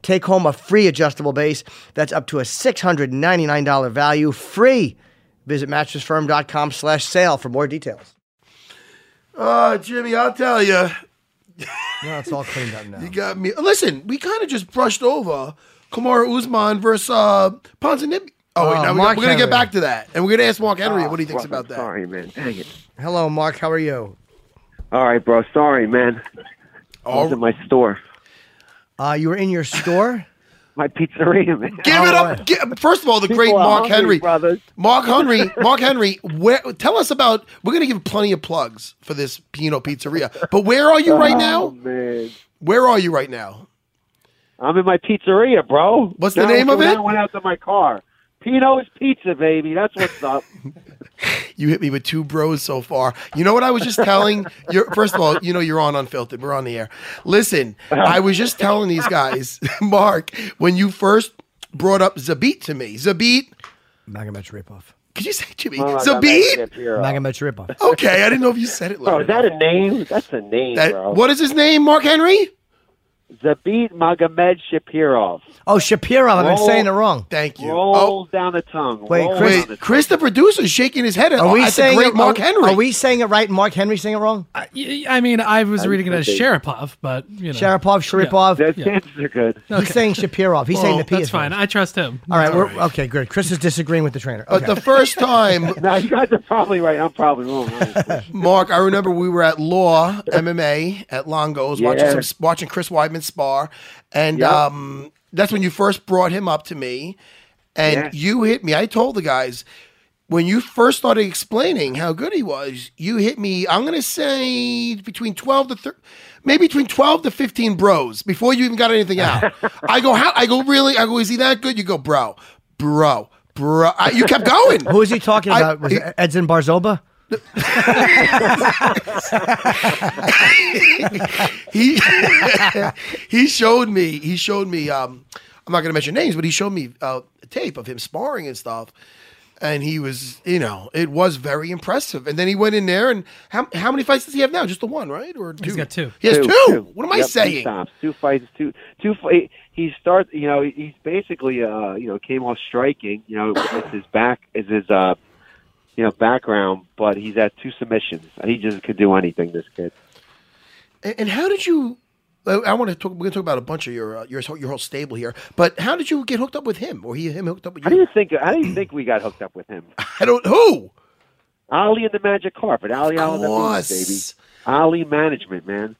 C: Take home a free adjustable base that's up to a $699 value free. Visit mattressfirm.com slash sale for more details.
D: Uh, Jimmy, I'll tell you,
C: No, it's all cleaned up now.
D: you got me. Listen, we kind of just brushed over Kamara Usman versus uh, Ponzinibbio. Oh, wait,
C: Oh,
D: now we
C: Mark
D: we're going to
C: Henry.
D: get back to that. And we're going to ask Mark Henry what he thinks about that.
J: Sorry, man. Dang it.
C: Hello, Mark. How are you?
J: All right, bro. Sorry, man.
D: Oh,
J: I was in my store.
C: Uh, you were in your store?
J: My pizzeria, man.
D: Give it
C: All
D: up. Gi- first of all, the great
J: People are
D: Mark
J: hungry,
D: Henry.
J: brothers.
D: Mark Henry. Mark Henry. Where, tell us about. We're going to give plenty of plugs for this Pino Pizzeria. But where are you right
J: Oh,
D: now?
J: man.
D: Where are you right now?
J: I'm in my pizzeria, bro.
D: What's the
J: Now
D: name
J: I
D: of it?
J: went out to my car. Pino's Pizza, baby. That's what's up.
D: You hit me with two bros so far. You know what I was just telling you? First of all, you know you're on unfiltered. We're on the air. Listen,
J: Uh-huh.
D: I was just telling these guys, Mark, when you first brought up Zabit to me. Zabit,
C: Magomed ripoff.
D: could you say to me
J: Oh, I got
D: Zabit?
J: that shit here.
C: Magomed ripoff.
D: Okay, I didn't know if you said it.
J: Bro,
D: Like
J: is that a name? That's a name,
D: that.
J: bro.
D: What is his name? Mark Henry.
J: Zabit Magomed Shapirov.
C: Oh, Shapiro. I've been
J: Roll-
C: saying it wrong.
D: Thank you. Oh,
J: Rolls down the tongue.
C: Wait,
J: Rolls
C: Chris-
J: down the
D: Wait, Chris, the producer's shaking his head. At,
C: Are we
D: at
C: saying it,
D: the great Mark
C: are-
D: Henry?
C: Are we saying it right? Mark Henry saying it wrong?
G: Y- I mean, I was reading it as Sharapov, but you know,
C: Sharapov, Sharipov.
J: Those chances are good.
C: He's saying Shapirov. He's saying the P
G: that's
C: is wrong.
G: fine. I trust him.
C: All right, we're, okay, good. Chris is disagreeing with the trainer.
D: But
C: Okay.
D: the first time,
J: Now you guys are probably right. I'm probably wrong.
D: Mark, I remember we were at Law MMA at Longo's watching
J: Yeah.
D: some, watching Chris Weidman spar, and
J: Yep.
D: um, that's when you first brought him up to me, and
J: Yeah.
D: you hit me. I told the guys when you first started explaining how good he was, you hit me. I'm gonna say between twelve to thir- maybe between twelve to fifteen bros before you even got anything out. I go, how? I go, really? I go, is he that good? You go, bro, bro, bro. I, you kept going.
C: Who is he talking
D: I-
C: about? Was it Edson Barzoba?
D: he he showed me he showed me um I'm not gonna mention names, but he showed me uh, tape of him sparring and stuff. and he was, you know, it was very impressive. And then he went in there, and how, how many fights does he have now? Just the one, right? Or two?
G: He's got two.
D: He has two.
J: Two, two.
D: What am I
J: Yep, two
D: saying?
J: stops, Two fights, two, two. fi- He starts, you know, he's basically, uh, you know, came off striking. You know, it's his back, is his, uh, you know, background, but he's at two submissions. He just could do anything. This kid.
D: And, and how did you? uh, I- I want to talk. We're going to talk about a bunch of your uh, your whole- your whole stable here. But how did you get hooked up with him, or he him hooked up with
J: How
D: you?
J: do you think? How do you think we got hooked up with him?
D: I don't. Who?
J: Ali and the Magic Carpet. Ali Alamovic, baby.
D: course.
J: Ali management, man.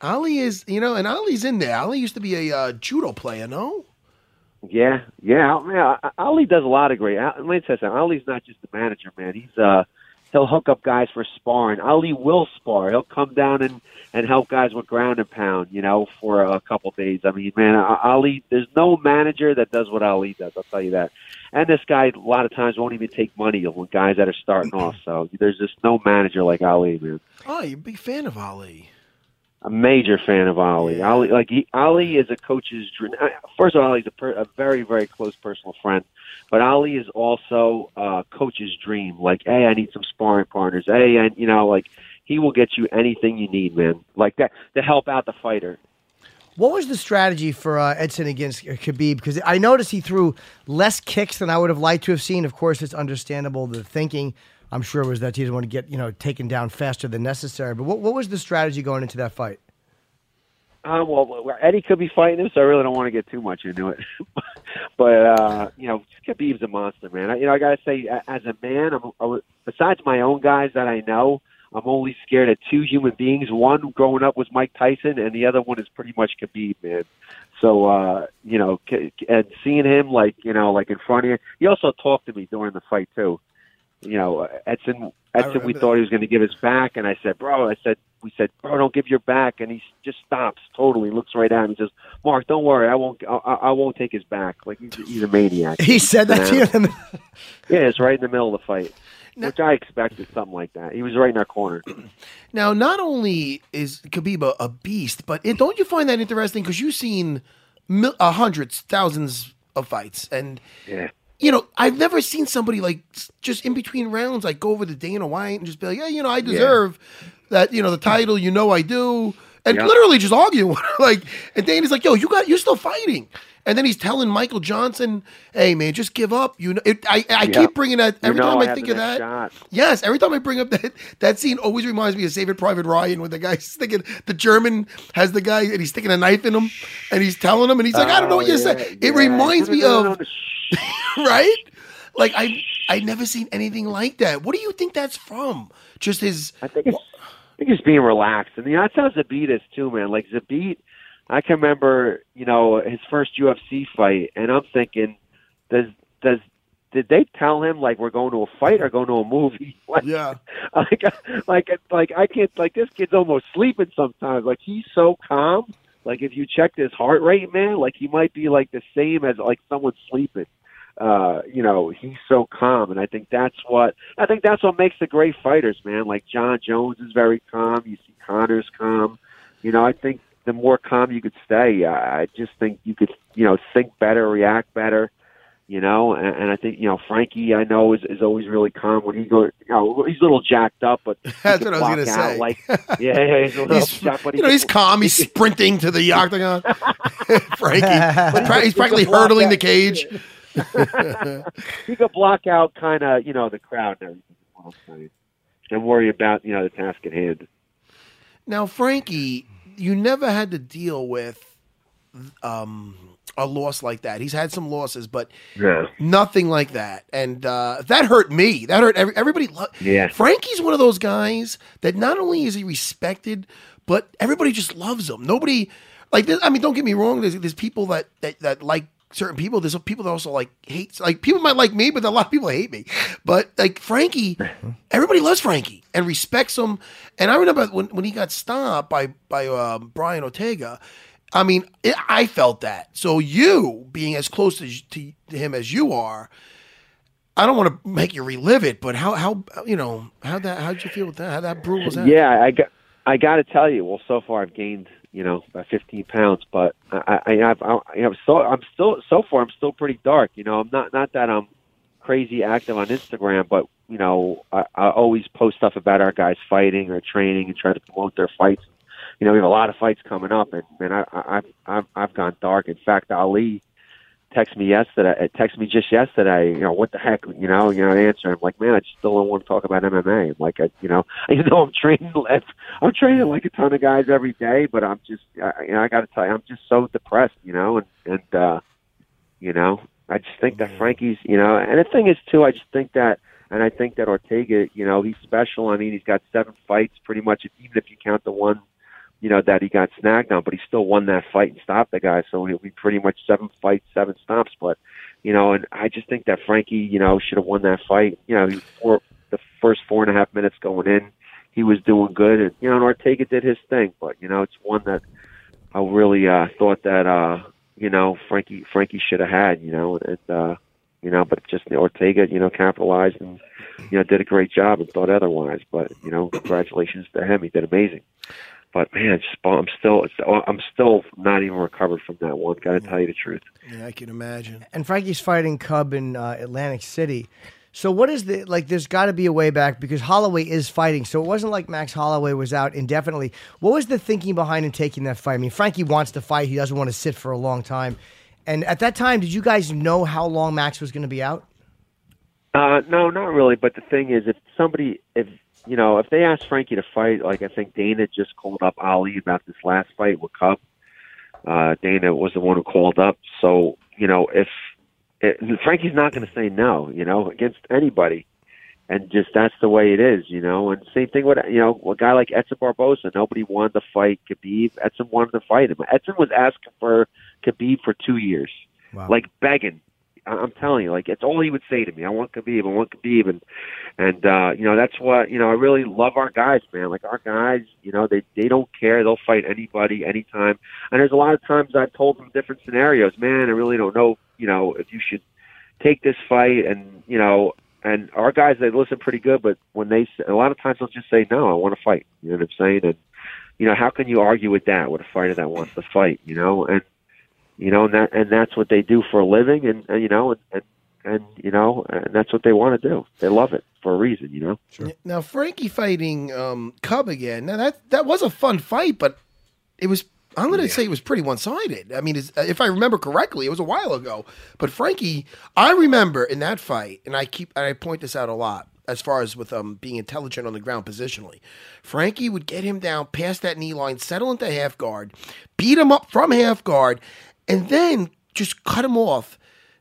D: Ali is, you know, and Ali's in there. Ali used to be a uh, judo player, no?
J: Yeah, yeah, yeah. Ali does a lot of great. Let me tell you something. Ali's not just the manager, man. He's uh, he'll hook up guys for sparring. Ali will spar. He'll come down and and help guys with ground and pound. You know, for a couple days. I mean, man, A- Ali. There's no manager that does what Ali does. I'll tell you that. And this guy, a lot of times, won't even take money when guys that are starting off. So there's just no manager like Ali, man.
D: Oh, you're a big fan of Ali.
J: a major fan of Ali. Ali, like he, Ali, is a coach's dream. I- First of all, Ali's a, per, a very, very close personal friend, but Ali is also a coach's dream. Like, hey, I need some sparring partners. Hey, and you know, like he will get you anything you need, man. Like that to help out the fighter.
C: What was the strategy for uh, Edson against Khabib? Because I noticed he threw less kicks than I would have liked to have seen. Of course, it's understandable. The thinking, I'm sure, was that he didn't want to get you know taken down faster than necessary. But what, what was the strategy going into that fight?
J: Uh, well, well, Eddie could be fighting him, so I really don't want to get too much into it. but uh, you know, Khabib's a monster, man. I, you know, I gotta say, a- as a man, I'm, I, was- besides my own guys that I know, I'm only scared of two human beings. One growing up was Mike Tyson, and the other one is pretty much Khabib, man. So uh, you know, K- and seeing him like you know, like in front of you, he also talked to me during the fight too. You know, Edson. Edson, we
D: remember
J: thought he was going to give his back, and I said, "Bro," I said, "We said, bro, don't give your back," and he s- just stops totally, looks right at him, and says, "Mark, don't worry, I won't, I, I I won't take his back." Like he's, he's a maniac.
C: He said that to you. in the-
J: Yeah, it's right in the middle of the fight, which I expected something like that. He was right in our corner.
D: Now, not only is Khabib a, a beast, but it, don't you find that interesting? Because you've seen mil- uh, hundreds, thousands of fights, and
J: Yeah.
D: you know I've never seen somebody like s- just in between rounds, like go over to Dana White and just be like, "Yeah, you know, I deserve that. You know, the title. You know, I do." And
J: Yeah.
D: literally just arguing, like, and Dana's like, "Yo, you got, you're still fighting," and then he's telling Michael Johnson, "Hey, man, just give up." You know, it, I, I
J: Yeah.
D: keep bringing that
J: You
D: every
J: know
D: time
J: I
D: I,
J: have
D: think
J: the
D: of
J: next
D: that.
J: shot.
D: Yes, every time I bring up that that scene, always reminds me of Saving Private Ryan when the guy's thinking the German has the guy and he's sticking a knife in him and he's telling him and he's like, I don't know what
J: Oh,
D: you said. It reminds me of right, like I I never seen anything like that. What do you think that's from? Just his
J: I think it's, I think it's being relaxed, and you know that's how Zabit is too, man. Like Zabit, I can remember, you know, his first UFC fight, and I'm thinking, does does did they tell him like we're going to a fight or going to a movie? Like,
D: yeah.
J: like like like I can't like this kid's almost sleeping sometimes. Like he's so calm. Like if you checked his heart rate, man, like he might be like the same as like someone sleeping. Uh, you know, he's so calm, and I think that's what I think that's what makes the great fighters, man. Like John Jones is very calm. You see Connor's calm. You know, I think the more calm you could stay, I I just think you could you know think better, react better you know. And, and I think you know Frankie, I know is is always really calm when he goes. You know, he's a little jacked up, but he
D: That's
J: can
D: what I was
J: block
D: gonna
J: out,
D: say.
J: Like, oh, yeah, yeah, he's a little
D: He's,
J: jacked, but he
D: you know,
J: can-
D: he's calm. He's sprinting to the octagon. Frankie, pra- he's practically
J: block
D: hurdling
J: out.
D: the cage.
J: he could block out kind of you know the crowd and everything. is what I'm saying. And worry about you know the task at hand.
D: Now, Frankie, you never had to deal with um, a loss like that. He's had some losses, but
J: Yeah,
D: nothing like that. And uh, that hurt me. That hurt every, everybody. Lo-
J: Yeah.
D: Frankie's one of those guys that not only is he respected, but everybody just loves him. Nobody like this, I mean, don't get me wrong. There's, there's people that, that that like certain people. There's people that also like hate. Like people might like me, but a lot of people hate me. But like Frankie, everybody loves Frankie and respects him. And I remember when, when he got stopped by by um, Brian Ortega. I mean, it, I felt that. So you being as close to, to him as you are, I don't want to make you relive it, but how how you know how that how'd you feel with that? How that brutal was that?
J: yeah. I got I got to tell you. Well, so far I've gained you know about 15 pounds, but I, I, I've, I, I've so I'm still so far I'm still pretty dark. You know, I'm not not that I'm crazy active on Instagram, but you know, I, I always post stuff about our guys fighting or training and try to promote their fights. You know, we have a lot of fights coming up, and and I, I I've I've I've gone dark. In fact, Ali texted me yesterday. uh, Texted me just yesterday. You know, what the heck? You know, you know, answer. I'm like, man, I just still don't want to talk about MMA. I'm like, I, you know, even though I'm training, I'm training like a ton of guys every day, but I'm just, I, you know, I got to tell you, I'm just so depressed. You know, and and uh, you know, I just think that Frankie's, you know, and the thing is too, I just think that, and I think that Ortega, you know, he's special. I mean, he's got seven fights, pretty much, even if you count the one, you know, that he got snagged on, but he still won that fight and stopped the guy. So he'll be pretty much seven fights, seven stops. But you know, and I just think that Frankie, you know, should have won that fight. You know, he four, the first four and a half minutes going in, he was doing good, and you know, and Ortega did his thing. But you know, it's one that I really uh, thought that uh, you know Frankie Frankie should have had. You know, and uh, you know, but just Ortega, you know, capitalized and you know did a great job and thought otherwise. But you know, congratulations to him, he did amazing. But man, it's- I'm still I'm still not even recovered from that one. Got to tell you the truth.
D: Yeah, I can imagine.
C: And Frankie's fighting Cub in uh, Atlantic City. So what is the like? There's got to be a way back because Holloway is fighting. So it wasn't like Max Holloway was out indefinitely. What was the thinking behind him taking that fight? I mean, Frankie wants to fight. He doesn't want to sit for a long time. And at that time, did you guys know how long Max was going to be out?
J: Uh, no, not really. But the thing is, if somebody, if you know, if they asked Frankie to fight, like I think Dana just called up Ali about this last fight with Cub. Uh, Dana was the one who called up. So you know, if it, Frankie's not going to say no, you know, against anybody, and just that's the way it is, you know. And same thing with you know a guy like Edson Barbosa. Nobody wanted to fight Khabib. Edson wanted to fight him. Edson was asking for Khabib for two years, like begging. I- I'm telling you, like it's all he would say to me. I want Khabib, I want Khabib, and and uh, you know that's what you know. I really love our guys, man. Like our guys, you know, they they don't care. They'll fight anybody, anytime. And there's a lot of times I've told them different scenarios. Man, I really don't know, you know, if you should take this fight, and you know, and our guys they listen pretty good, but when they s- a lot of times they'll just say no, I want to fight. You know what I'm saying? And you know, how can you argue with that with a fighter that wants to fight? You know, and you know, and that and that's what they do for a living, and, and you know, and, and and you know, and that's what they want to do. They love it for a reason, you know. Sure.
D: Now Frankie fighting um, Cub again. Now that that was a fun fight, but it was. I'm going to say it was pretty one sided. I mean, it's- uh, if I remember correctly, it was a while ago. But Frankie, I remember in that fight, and I keep and I point this out a lot as far as with um, being intelligent on the ground positionally. Frankie would get him down past that knee line, settle into half guard, beat him up from half guard, and then just cut him off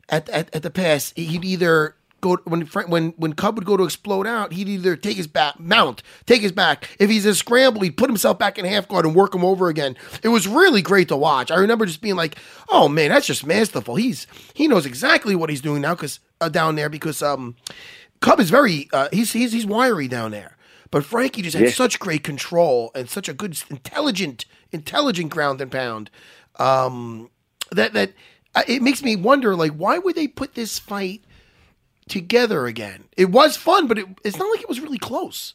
D: at, at, at the pass, he'd either go when Frank, when when Cub would go to explode out, he'd either take his back mount, take his back. If he's a scramble, he'd put himself back in half guard and work him over again. It was really great to watch. I remember just being like, "Oh man, that's just masterful." He's he knows exactly what he's doing now because uh, down there because um Cub is very uh, he's he's he's wiry down there. But Frankie just had
J: Yeah.
D: such great control and such a good, intelligent, intelligent ground and pound. Um, that that I- it makes me wonder, like, why would they put this fight together again? It was fun, but it, it's not like it was really close,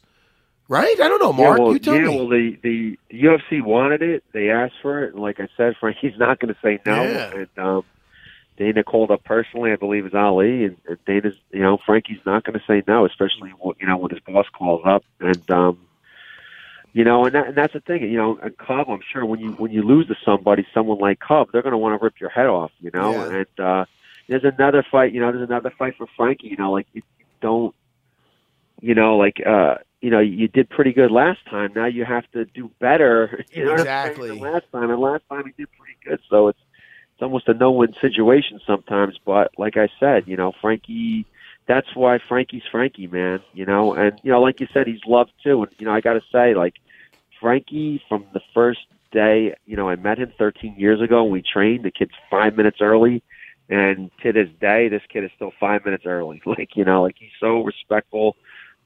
D: right? I don't know, Mark.
J: yeah, well,
D: you tell
J: yeah,
D: me.
J: well, the, the the UFC wanted it. They asked for it, and like I said, Frankie's not going to say no.
D: Yeah.
J: And um, Dana called up personally, I believe, is Ali, and, and Dana's you know Frankie's not going to say no, especially you know when his boss calls up, and um, you know, and, that, and that's the thing, you know, and Cub. I'm sure when you when you lose to somebody, someone like Cub, they're going to want to rip your head off, you know,
D: Yeah.
J: and. uh there's another fight, you know, there's another fight for Frankie, you know, like you you don't you know, like uh you know, you did pretty good last time. Now you have to do better. You know what I'm saying,
D: Exactly.
J: than last time, and last time he did pretty good. So it's it's almost a no-win situation sometimes. But like I said, you know, Frankie. That's why Frankie's Frankie, man. You know, and you know, like you said, he's loved too. And you know, I got to say, like Frankie, from the first day, you know, I met him 13 years ago, and we trained. The kid's five minutes early, and to this day, this kid is still five minutes early. Like you know, like he's so respectful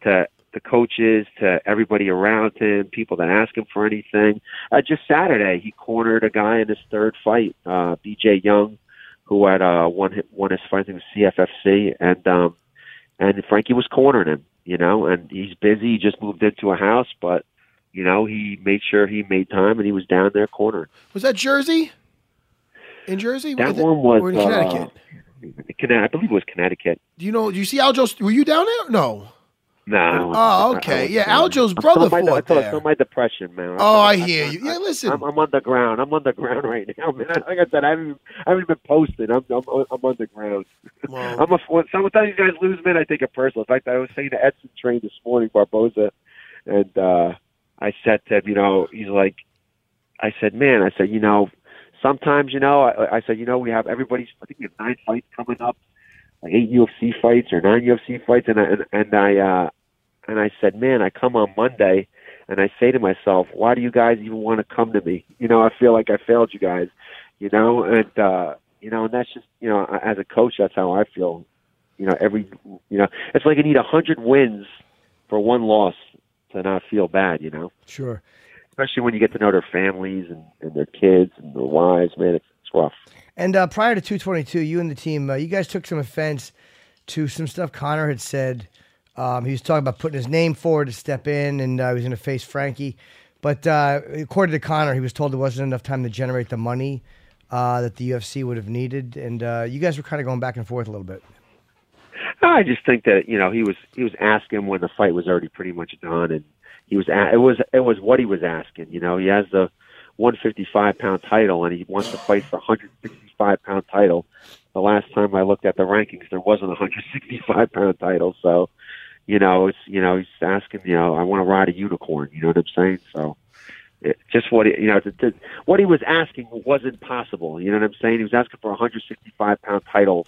J: to the coaches, to everybody around him, people that ask him for anything. Uh, just Saturday, he cornered a guy in his third fight, uh, BJ Young, who had uh, won hi- won his fight I think it was CFFC, and um, and Frankie was cornering him, you know, and he's busy. He just moved into a house, but you know he made sure he made time, and he was down there cornering.
D: was that Jersey? In Jersey?
J: That
D: Was it-
J: one was
D: or in
J: uh,
D: Connecticut.
J: Connecticut, I believe it was Connecticut.
D: Do you know? Do you see Aljo? Were you down there? No.
J: No.
D: Oh, okay. Yeah, Aljo's
J: I'm still
D: brother
J: in my, I'm
D: fought
J: still-
D: there.
J: still in my depression, man.
D: Oh, I
J: I'm-
D: hear
J: I'm-
D: you. Yeah, listen.
J: I'm, I'm underground. I'm underground right now, man. Like I said, I haven't, I haven't been posted. I'm, I'm, I'm underground. I'm a when sometimes you guys lose, man. I take it personal. In fact, I was saying to Edson Train this morning, Barboza, and uh, I said to him, you know, he's like, I said, man, I said, you know, sometimes, you know, I, I said, you know, we have everybody's. I think we have nine fights coming up, like eight UFC fights or nine UFC fights, and I, and, and I uh, and I said, man, I come on Monday. And I say to myself, why do you guys even want to come to me? You know, I feel like I failed you guys, you know, and, uh, you know, and that's just, you know, I- as a coach, that's how I feel. You know, every, you know, it's like I need a hundred wins for one loss to not feel bad, you know,
C: Sure.
J: especially when you get to know their families and, and their kids and their wives, man, it's, it's rough.
C: And uh, prior to 222, you and the team, uh, you guys took some offense to some stuff Connor had said. Um, he was talking about putting his name forward to step in, and uh, he was going to face Frankie. But uh, according to Connor, he was told there wasn't enough time to generate the money uh, that the UFC would have needed. And uh, you guys were kind of going back and forth a little bit.
J: I just think that you know he was he was asking when the fight was already pretty much done, and he was a it was it was what he was asking. You know, he has the 155 pound title, and he wants to fight for 165 pound title. The last time I looked at the rankings, there wasn't a 165 pound title, so you know it's you know he's asking you know I want to ride a unicorn. You know what I'm saying? So. It, just what he, you know, th- th- what he was asking wasn't possible. You know what I'm saying? He was asking for a 165 pound title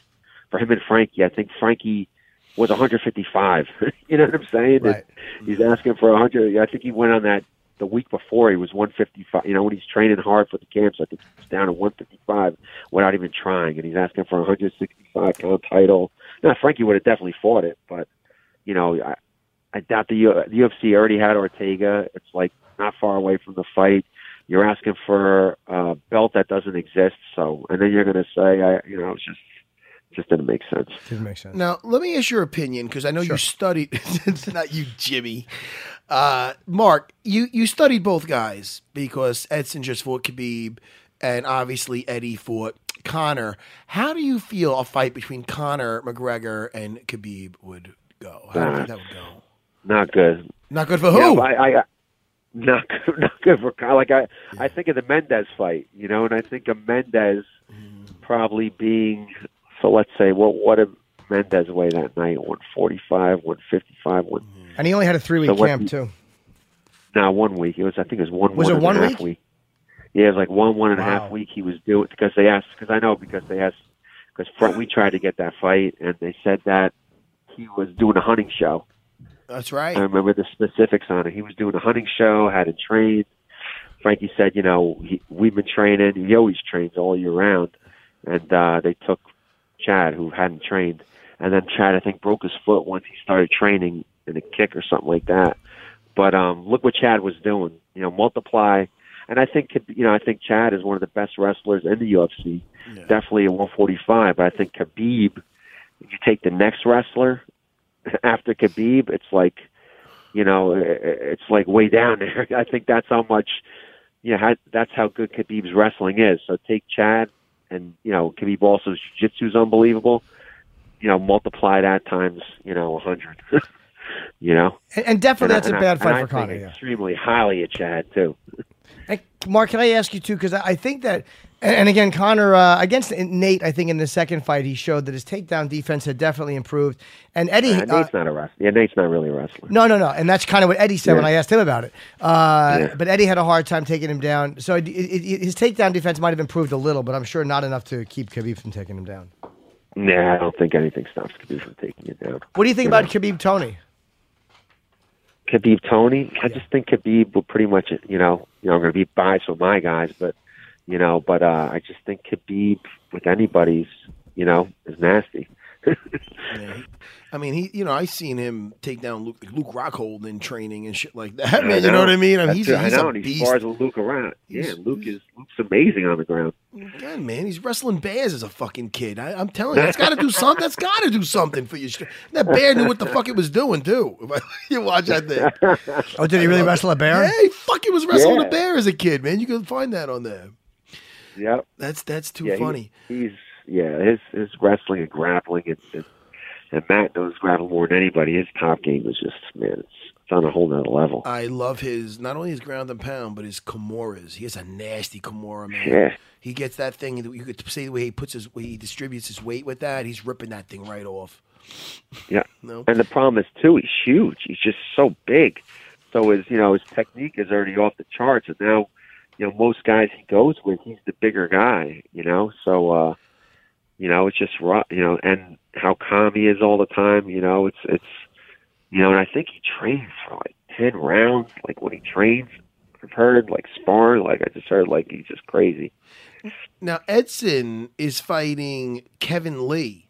J: for him and Frankie. I think Frankie was 155. you know what I'm saying?
C: Right.
J: And He's asking for 100. I think he went on that the week before. He was 155. You know, when he's training hard for the camps, I think he's down to 155 without even trying, and he's asking for a 165 pound title. Now Frankie would have definitely fought it, but you know, I, I doubt the, U, the UFC already had Ortega. It's like not far away from the fight. You're asking for a belt that doesn't exist, so and then you're going to say, I, you know, it's just it just didn't make sense.
C: Didn't make sense.
D: Now, let me ask your opinion because I know you studied. it's not you, Jimmy. Uh, Mark, you you studied both guys because Edson just fought Khabib, and obviously Eddie fought Connor. How do you feel a fight between Connor McGregor and Khabib would go? How do you think that would go?
J: Not good.
D: Not good for
J: Yeah,
C: Oh.
D: who?
J: but I, I, not good, not good for Kyle. Like I, I think of the Mendez fight, you know, and I think of Mendez probably being so. Let's say what what did Mendez weigh that night? One forty five, one fifty five, one
C: And he only had a three
J: So
C: week
J: what-
C: camp, too.
J: No, one week. It was I think it was one.
C: Was
J: one
C: it
J: and a
C: one
J: half
C: week?
J: Yeah, it was like one one and a half
C: Wow.
J: week. He was doing because they asked because I know because they asked because front we tried to get that fight and they said that he was doing a hunting show.
D: That's right.
J: I remember the specifics on it. He was doing a hunting show, hadn't trained. Frankie said, you know, he, we've been training. He always trains all year round. And uh, they took Chad, who hadn't trained. And then Chad, I think, broke his foot once he started training in a kick or something like that. But um, look what Chad was doing. You know, multiply. And I think, you know, I think Chad is one of the best wrestlers in the UFC. Definitely at 145. But I think Khabib, if you take the next wrestler after Khabib, it's like you know, i- i- it's like way down there. I think that's how much, you know, how, that's how good Khabib's wrestling is. So take Chad, and you know, Khabib also's jiu-jitsu is unbelievable. You know, multiply that times you know a hundred. you know,
C: And, and definitely,
J: And I-
C: that's a
J: and I-
C: bad fight
J: and I
C: for Connor.
J: think
C: yeah.
J: Extremely highly at Chad too.
C: And Mark, can I ask you too? Because I, I think that, and, and again, Connor uh, against Nate, I think in the second fight he showed that his takedown defense had definitely improved. And Eddie,
J: Uh,
C: uh,
J: Nate's not a wrestler. Yeah, Nate's not really a wrestler.
C: no, no, no, and that's kind of what Eddie said when
J: Yeah.
C: I asked him about it. Uh,
J: Yeah.
C: But Eddie had a hard time taking him down, so it, it, it- his takedown defense might have improved a little, but I'm sure not enough to keep Khabib from taking him down.
J: Nah, I don't think anything stops Khabib from taking it down.
C: What do you think
J: Yeah.
C: about Khabib Tony?
J: Khabib Tony. I just think Khabib will pretty much, you know, you know, I'm going to be biased with my guys, but you know, but uh, I just think Khabib with anybody's, you know, is nasty.
D: I mean, he, you know, I seen him take down Luke, Luke Rockhold in training and shit like that. Man, you know what I mean? I mean, he's,
J: That's it.
D: he's
J: I know,
D: a
J: and he
D: beast.
J: spars with Luke around. Yeah,
D: He's-
J: Luke is Luke's amazing on the ground.
D: God, man, he's wrestling bears as a fucking kid. I, I'm telling you, that's got to do something. That's got to do something for you. That bear knew what the fuck it was doing too. you watch that thing.
C: Oh, did he really wrestle a bear?
D: Yeah, he fucking was wrestling
J: Yeah.
D: a bear as a kid, man. You can find that on there.
J: Yep.
D: That's that's too
J: yeah, he-
D: funny.
J: he's yeah, his his wrestling and grappling and and, and Matt knows grapple more than anybody. His top game is just man, it's, it's on a whole nother level.
D: I love his not only his ground and pound, but his kimuras. He has a nasty kimura, man.
J: Yeah.
D: He gets that thing. You could say the way he puts his, way he distributes his weight with that. He's ripping that thing right off.
J: Yeah.
D: No.
J: And the problem is too, he's huge. He's just so big. So his you know, his technique is already off the charts and now, you know, most guys he goes with, he's the bigger guy, you know. So uh you know, it's just raw you know, and how calm he is all the time, you know, it's it's you know, and I think he trains for like ten rounds, like when he trains I've heard like sparring, like I just heard like he's just crazy.
D: Now Edson is fighting Kevin Lee.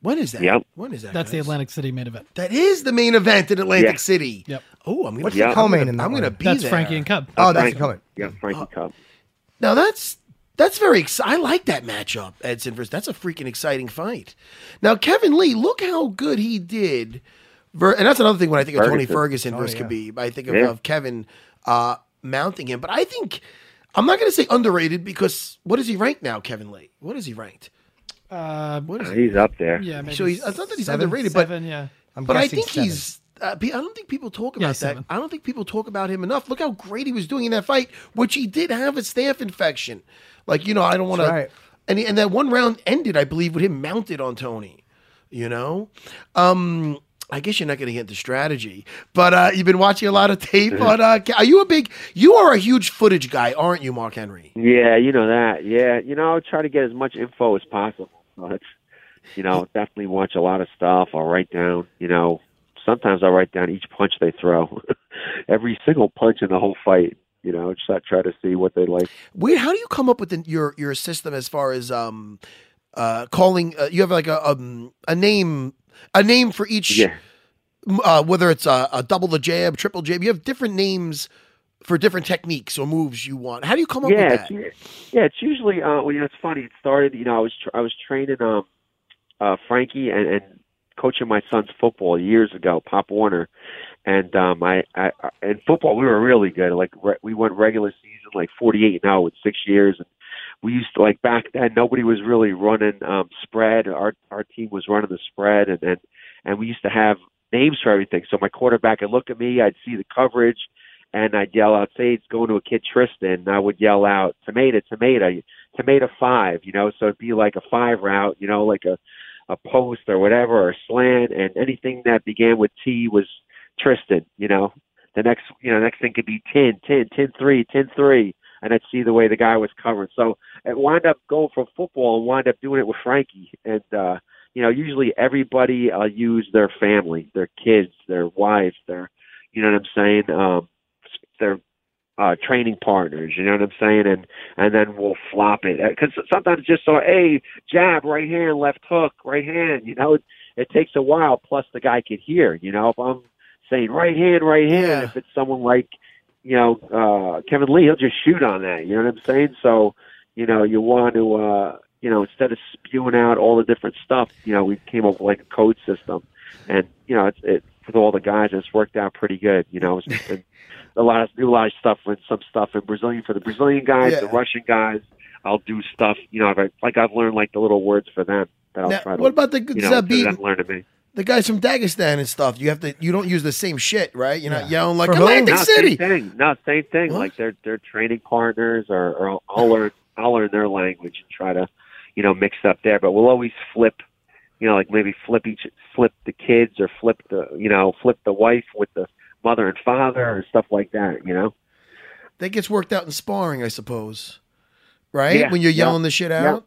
D: When is that?
J: Yep.
D: When is that?
G: That's the
D: guys?
G: Atlantic City main event.
D: That is the main event in Atlantic
J: Yeah.
D: City.
G: Yep.
D: Oh, I'm gonna.
C: What's
D: I'm
J: the
C: co-main
D: gonna-
C: in that
D: I'm gonna
C: one?
D: be
G: That's
D: there.
G: Frankie and Cub.
C: Oh, that's
J: Frankie-
C: coming.
J: Yeah, Frankie Cub.
D: Now that's that's very. Ex- I like that matchup, Edson versus. That's a freaking exciting fight. Now Kevin Lee, look how good he did. Ver- and that's another thing when I think of Tony
J: Ferguson.
D: Ferguson
G: Oh,
D: versus Khabib, I think of,
J: Yeah.
D: of Kevin uh, mounting him. But I think I'm not going to say underrated because what is he ranked now, Kevin Lee? What is he ranked?
G: Uh,
D: What is he?
J: He's up there.
G: yeah, maybe
D: So he's, it's not that he's underrated, but
G: seven, yeah.
C: I'm
D: but I
C: guessing
D: think
C: seven.
D: he's. Uh, pe- I don't think people talk about
G: Yeah,
D: that.
G: seven.
D: I don't think people talk about him enough. Look how great he was doing in that fight, which he did have a staph infection. Like you know, I don't want
C: That's
D: to.
C: right.
D: And he- and that one round ended, I believe, with him mounted on Tony. You know, um, I guess you're not going to get the strategy, but uh, you've been watching a lot of tape. on uh, Ca- are you a big? You are a huge footage guy, aren't you, Mark Henry?
J: Yeah, you know that. Yeah, you know, I try to get as much info as possible. So it's, you know, definitely watch a lot of stuff. I'll write down, you know, sometimes I'll write down each punch they throw, every single punch in the whole fight. You know, just I try to see what they like.
D: Where? How do you come up with the, your your system as far as um, uh, calling? Uh, you have like a um, a name a name for each.
J: Yeah,
D: uh, whether it's a, a double the jab, triple jab, you have different names for different techniques or moves you want. How do you come up
J: yeah,
D: with that?
J: it's, yeah. It's usually, uh, well, you know, it's funny. It started, you know, I was tr I was training um, uh, Frankie and, and coaching my son's football years ago, Pop Warner, and um, I, I, I in football we were really good. Like re- we went regular season like forty eight and zero in six years, and we used to like back then nobody was really running um, spread. Our our team was running the spread, and and and we used to have names for everything. So my quarterback would look at me, I'd see the coverage. And I'd yell out, say it's going to a kid Tristan. And I would yell out, tomato, tomato, tomato five, you know, so it'd be like a five route, you know, like a, a post or whatever or a slant and anything that began with T was Tristan, you know. The next you know, next thing could be ten, ten, ten three, ten three, and I'd see the way the guy was covering. So it wound up going from football and wound up doing it with Frankie. And uh, you know, usually everybody uh use their family, their kids, their wives, their you know what I'm saying, um their uh training partners, you know what I'm saying? And and then we'll flop it. Because sometimes just so, hey, jab, right hand, left hook, right hand. You know, it, it takes a while. Plus, the guy could hear. You know, if I'm saying right hand, right hand,
D: Yeah.
J: if it's someone like, you know, uh, Kevin Lee, he'll just shoot on that. You know what I'm saying? So, you know, you want to, uh, you know, instead of spewing out all the different stuff, you know, we came up with like a code system, and you know, it's it with all the guys, it's worked out pretty good. You know, it's been a lot of do a lot of stuff with some stuff in Brazilian for the Brazilian guys,
D: Yeah.
J: the Russian guys. I'll do stuff, you know, if I, like I've learned like the little words for them that I'll
D: Now,
J: try to.
D: what about the
J: you
D: good
J: know, so
D: Zabit-
J: them learn to me?
D: the guys from Dagestan and stuff? You have to you don't use the same shit, right? You're not yelling like
C: For who?
D: Atlantic
J: no,
D: City.
J: Same thing. No, same thing.
D: What?
J: Like they're they're training partners, or, or I'll, I'll learn I'll learn their language and try to, you know, mix up there. But we'll always flip, you know, like maybe flip each flip the kids or flip the you know flip the wife with the mother and father or stuff like that. You know.
D: That gets worked out in sparring, I suppose. Right?
J: Yeah,
D: when you're
J: yeah,
D: yelling the shit
J: yeah.
D: out.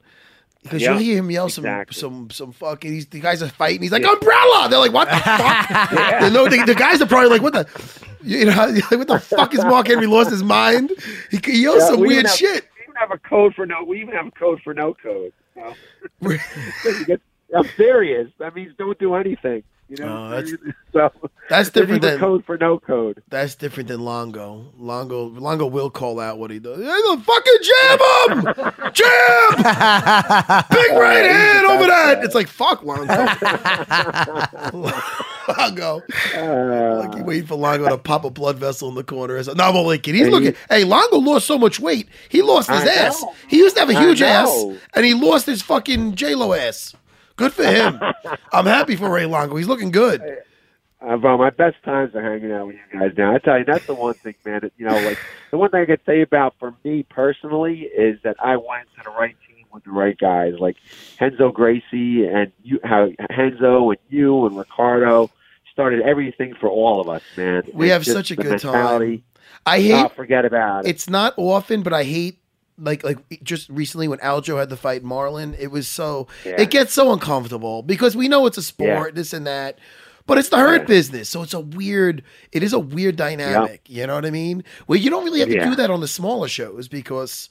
D: Because
J: Yeah,
D: you'll hear him yell
J: exactly.
D: some some some fucking these the guys are fighting, he's like, Umbrella. They're like, What the fuck? They know the, the guys are probably like, What the you know, like, what the fuck is Mark Henry lost his mind? He, he yells
J: Yeah,
D: some
J: we
D: weird
J: even have-
D: shit.
J: We even have a code for no. We even have a code for no code. So. You get- I'm serious. That means don't do anything. You know.
D: Oh, that's-
J: so
D: That's
J: there's
D: different
J: even
D: than
J: code for no code.
D: That's different than Longo. Longo Longo will call out what he does. Hey, the fucking jab him! Jab! Big right hand over that. It's like fuck Longo. Longo. like you wait for Longo to pop a blood vessel in the corner. It's- No, I'm only kidding. He's looking. Hey, Longo lost so much weight. He lost his
J: I
D: ass.
J: know.
D: He used to have a
J: I
D: huge ass,
J: know.
D: and he lost his fucking J Lo ass. Good for him. I'm happy for Ray Longo. He's looking good.
J: I've, uh, my best times are hanging out with you guys now. I tell you, that's the one thing, man. That, you know, like the one thing I could say about for me personally is that I went to the right team with the right guys, like Henzo Gracie and you, how Henzo and you and Ricardo started everything for all of us, man.
D: We
J: It's
D: have
J: just
D: such a
J: the
D: good time.
J: mentality.
D: I
J: Oh,
D: hate
J: forget about it.
D: It's not often, but I hate like like just recently when Aljo had to fight Marlon. It was so
J: Yeah.
D: it gets so uncomfortable because we know it's a sport, this and that, but it's the hurt
J: Yeah.
D: business. So it's a weird. It is a weird dynamic. You know what I mean? Well, you don't really have to
J: Yeah.
D: do that on the smaller shows because.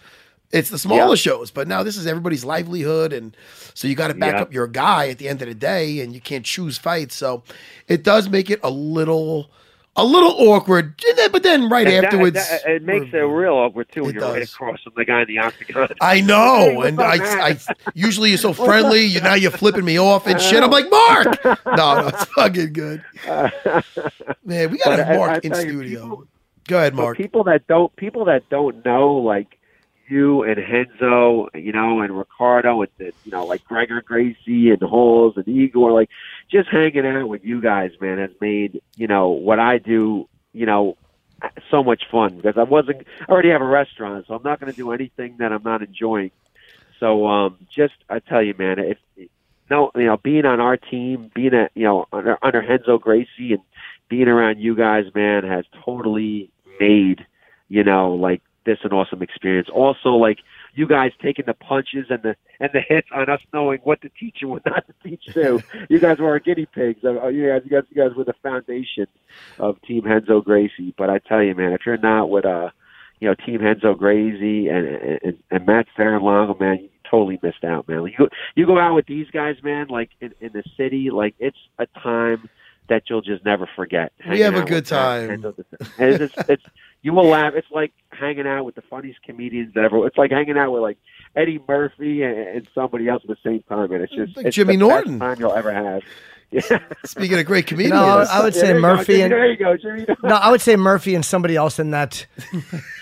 D: It's the smaller
J: Yeah.
D: shows, but now this is everybody's livelihood, and so you got to back
J: Yeah.
D: up your guy at the end of the day, and you can't choose fights. So it does make it a little, a little awkward. But then right
J: And that-
D: afterwards,
J: that- it makes it real awkward too when
D: It
J: you're right
D: does.
J: across from the guy in the octagon.
D: I
J: Hey,
D: know,
J: what's
D: and
J: up,
D: I, I
J: Matt?
D: usually you're so friendly. You now you're flipping me off and shit. I'm like Mark. No, no, it's fucking good, man. We got
J: But
D: to
J: I-
D: have Mark
J: I
D: in
J: tell you,
D: studio.
J: people-
D: Go ahead,
J: But
D: Mark.
J: people that don't people that don't know like you and Henzo, you know, and Ricardo and the- you know, like Gregor Gracie and Holes and Igor, like just hanging out with you guys, man, has made, you know, what I do, you know, so much fun because I wasn't I already have a restaurant, so I'm not gonna do anything that I'm not enjoying. So um just I tell you, man, if no you know, being on our team, being at you know, under under Henzo Gracie and being around you guys, man, has totally made, you know, like this an awesome experience. Also, like you guys taking the punches and the and the hits on us knowing what to teach and what not to teach too. you guys were our guinea pigs. Uh, uh, You guys, you guys, you guys were the foundation of Team Henzo Gracie. But I tell you, man, if you're not with uh, you know, Team Henzo Gracie and and, and Matt Farrelongo, man, you totally missed out, man. You go, you go out with these guys, man, like in, in the city, like it's a time that you'll just never forget.
D: We have
J: hanging
D: a
J: out
D: good
J: with Matt
D: time.
J: Henzo. And it's, just- it's you will laugh. It's like hanging out with the funniest comedians ever. It's like hanging out with like Eddie Murphy and, and somebody else at the same time, and it's just
D: Like
J: it's
D: Jimmy
J: the best
D: Norton.
J: time you'll ever have. Yeah.
D: Speaking of great comedians,
C: No, I would
J: Yeah,
C: say
J: there you go,
C: Murphy
J: Jimmy,
C: and
J: there you go, Jimmy.
C: no, I would say Murphy and somebody else in that.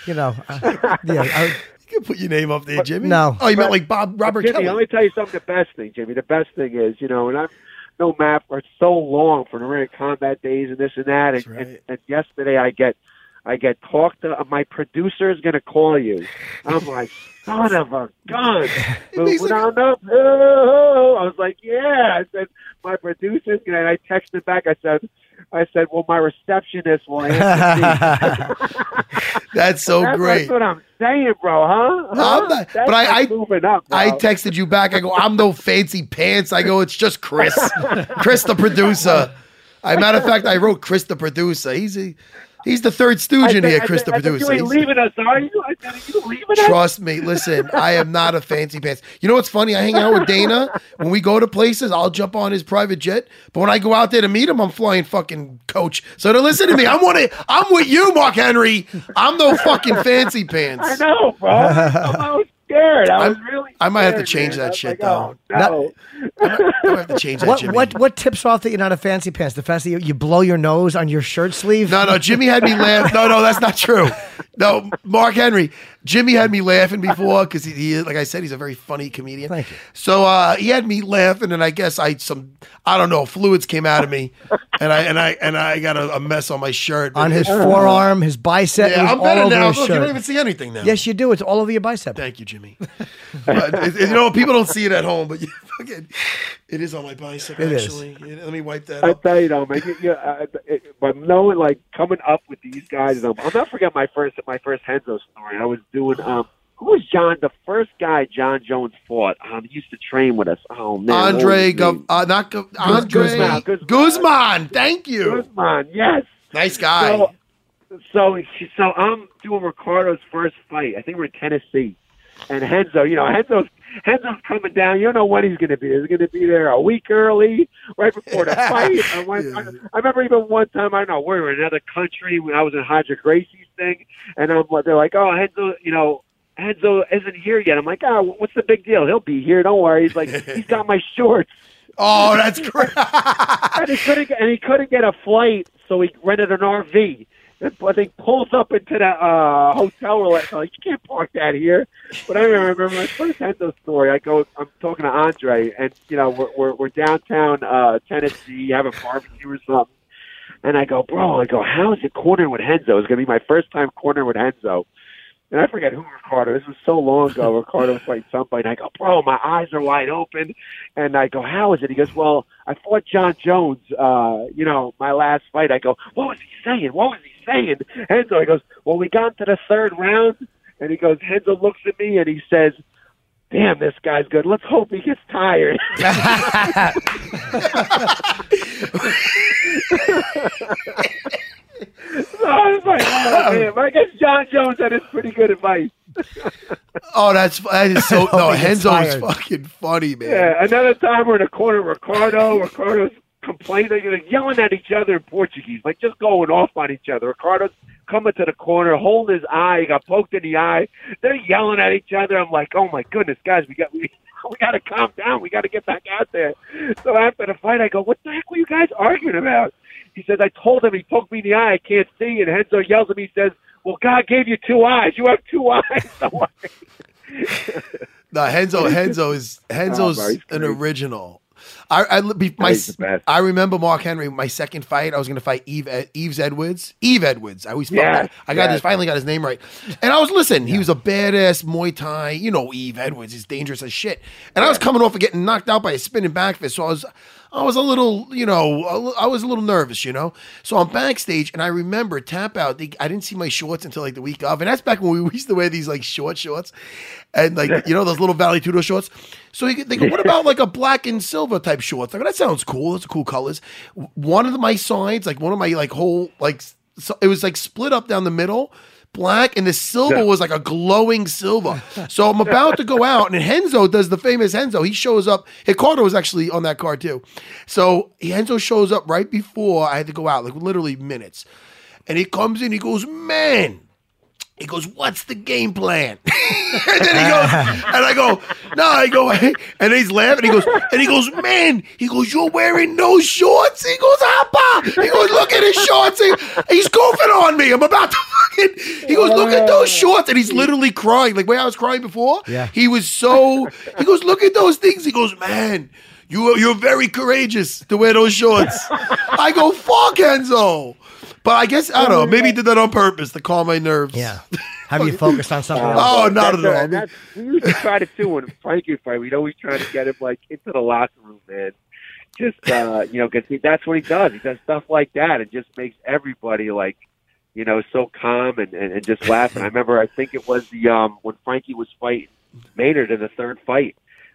C: You know, uh, yeah, I would-
D: you can put your name up there, Jimmy.
C: no.
D: oh, you meant like Bob Robert
J: Jimmy,
D: Kelly.
J: let me tell you something. The best thing, Jimmy, the best thing is, you know, and I've known Matt for so long for the Ring of Combat days and this and that. And,
D: That's right.
J: and, and yesterday I get, I get talked to. My producer is going to call you. I'm like, son of a gun. But
D: makes
J: when
D: like-
J: I'm up, oh, I was like, yeah. I said, my producer's going to, and I texted back. I said, I said, well, my receptionist
C: uh,
J: will answer. me.
D: That's so
J: That's
D: great.
J: what I'm saying, bro, huh?
D: No, I'm
J: Huh?
D: not-
J: That's
D: but I-
J: like
D: I-
J: moving up. Bro.
D: I texted you back. I go, I'm no fancy pants. I go, it's just Chris, Chris the producer. I matter of fact, I wrote Chris the producer. He's a, he's the third stooge in
J: I
D: here,
J: said-
D: Chris
J: I said-
D: the
J: I said,
D: producer.
J: You ain't
D: He's-
J: leaving us, are you? I said, are you leaving us?
D: Trust me. Listen, I am not a fancy pants. You know what's funny? I hang out with Dana. When we go to places, I'll jump on his private jet. But when I go out there to meet him, I'm flying fucking coach. So to listen to me, I'm one of, I'm with you, Mark Henry. I'm no fucking fancy
J: I
D: pants.
J: know, bro. I was scared. I was
D: I'm-
J: really.
D: I might have to change
J: scared, man.
D: that
J: I was
D: shit,
J: like, oh,
D: though.
J: No.
D: I have to change that.
C: what
D: Jimmy.
C: what what tips off that you're not a fancy pants? The fact that you, you blow your nose on your shirt sleeve.
D: No, no, Jimmy had me laugh. No, no, that's not true. No, Mark Henry. Jimmy had me laughing before because he, he, like I said, he's a very funny comedian.
C: Thank you.
D: So uh, he had me laughing, and I guess I some, I don't know, fluids came out of me, and I and I and I got a, a mess on my shirt.
C: on his forearm, his bicep. it
D: Yeah,
C: was
D: I'm
C: all
D: better
C: over
D: now.
C: his
D: Look, you
C: shirt.
D: don't even see anything now.
C: Yes, you do. It's all over your bicep.
D: Thank you, Jimmy. But it- it- you know, people don't see it at home, but you fucking, it is on my bicep.
C: It is.
D: actually, It- let me wipe that
J: I
D: up.
J: tell you, though, man. You, you, I, it, but knowing, like, coming up with these guys, um, I'll not forget my first my first Henzo story. I was doing. um who was John? The first guy John Jones fought. Um, he used to train with us. Oh man, what was
D: Andre,
J: his
D: Gov-
J: name?
D: uh, not Gov- Andre
J: Guzman,
D: Guzman.
J: Guzman.
D: Thank you.
J: Guzman. Yes.
D: Nice guy.
J: So, so, she- so I'm doing Ricardo's first fight. I think we're in Tennessee, and Henzo. You know, Henzo's Henzo's coming down. You don't know when he's going to be. Is he going to be there a week early, right before the fight? I, went, I, I remember even one time. I don't know. We were in another country when I was in Hodge Gracie's thing, and I'm like, they're like, oh, Henzo, you know. "Ah, Henzo isn't here yet. I'm like, oh, what's the big deal? He'll be here. Don't worry. He's like, he's got my shorts.
D: Oh, that's great.
J: and he couldn't and he couldn't get a flight, so he rented an RV. And I think pulls up into the uh, hotel. We're like, like, you can't park that here. But I remember my first Hendo story. I go, I'm talking to Andre, and you know, we're we're, we're downtown uh, Tennessee, have a barbecue or something. And I go, bro, I go, how is it cornering with Henzo? It's gonna be my first time cornering with Henzo. And I forget who Ricardo. This was so long ago. Ricardo was fighting somebody. And I go, bro, my eyes are wide open. And I go, how is it? He goes, well, I fought John Jones. Uh, you know, my last fight. I go, what was he saying? What was he saying? Henzo. He goes, well, we got to the third round. And he goes, Henzo looks at me and he says, damn, this guy's good. Let's hope he gets tired. so I was like, oh, man. But I guess John Jones had his pretty good advice.
D: Oh, that's that is so.
J: Oh,
D: No,
J: he gets
D: Henzo is
J: fired.
D: fucking funny, man.
J: Yeah, another time we're in a corner, Ricardo. Ricardo's complaining, they're yelling at each other in Portuguese, like just going off on each other. Ricardo's coming to the corner, holding his eye, he got poked in the eye. They're yelling at each other. I'm like, oh my goodness, guys, we got we. We got to calm down. We got to get back out there. So after the fight, I go, "What the heck were you guys arguing about?" He says, "I told him he poked me in the eye. I can't see." And Henzo yells at me. He says, "Well, God gave you two eyes. You have two eyes." So I-
D: No, Henzo, Henzo is Henzo's
J: bro, he's
D: an original. I, I be, my,
J: he's the best.
D: I remember Mark Henry. My second fight, I was going to fight Eve Ed- Eves Edwards. Eve Edwards. I always spelled
J: Yes,
D: that. I got
J: yes.
D: this. Finally got his name right. And I was listening. He was a badass Muay Thai. You know, Eve Edwards is dangerous as shit. And I was coming off of getting knocked out by a spinning back fist. So I was, I was a little, you know, a li- I was a little nervous. You know. So I'm backstage, and I remember tap out. They, I didn't see my shorts until like the week of, and that's back when we used to wear these like short shorts, and like you know those little Valley Tudo shorts. So he, they go, what about like a black and silver type shorts? I go, that sounds cool. That's cool colors. W- One of my sides, like one of my like whole like, s- so it was like split up down the middle. Black and the silver
J: Yeah.
D: was like a glowing silver. So I'm about to go out, and Henzo does the famous Henzo. He shows up. Ricardo was actually on that card too. So Henzo shows up right before I had to go out, like literally minutes. And he comes in, he goes, Man, he goes, "What's the game plan?" and then he goes, and I go, "No." I go, and he's laughing. He goes, and he goes, "Man," he goes, "You're wearing no shorts." He goes, "Hoppa!" He goes, "Look at his shorts." He- he's goofing on me. I'm about to fucking. He goes, "Look at those shorts," and he's literally crying, like where I was crying before.
C: Yeah.
D: He was so. He goes, "Look at those things." He goes, "Man." You, you're very courageous to wear those shorts. I go, fuck Enzo. But I guess, I don't know, maybe he did that on purpose to calm my nerves.
C: Yeah. Have you focused on something else?
D: Oh, not
J: Um, That's
D: at all.
J: a- that's- we used to try to do when Frankie fight. We'd always try to get him like into the locker room, man. Just uh, you know, because that's what he does. He does stuff like that. It just makes everybody like, you know, so calm and, and, and just laughing. I remember, I think it was the um when Frankie was fighting Maynard in the third fight.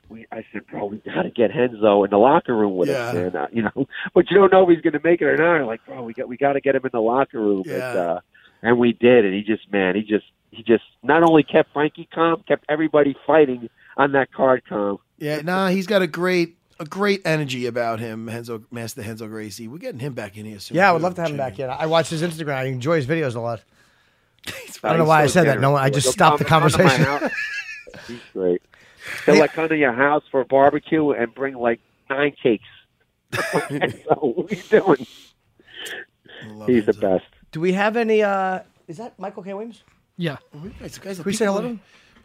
J: We, I said, bro, we got to get Henzo in the locker room with us,
D: Yeah.
J: man. Uh, you know, but you don't know if he's going to make it or not. Like, bro, we got we got to get him in the locker room.
D: Yeah.
J: And, uh, and we did. And he just, man, he just, he just not only kept Frankie calm, kept everybody fighting on that card calm.
D: Yeah, nah, he's got a great a great energy about him, Henzo Master Henzo Gracie. We're getting him back in here soon.
C: Yeah, I would
D: too,
C: love to have him back
D: Oh, Jimmy.
C: in. I watch his Instagram. I enjoy his videos a lot.
D: He's
C: I don't know
J: He's
C: why I
J: so
C: said that.
J: generous.
C: No, I
J: He'll
C: just
J: come-
C: stopped the
J: come to my
C: conversation.
J: house. He's great. He'll like come to your house for a barbecue and bring like nine cakes. so what are you doing?
D: love
J: He's the
D: Henzo.
J: best.
C: Do we have any? uh Is that Michael K. Williams?
G: Yeah.
D: Who you guys, guys are
C: Can we say
D: people-
C: hello to him?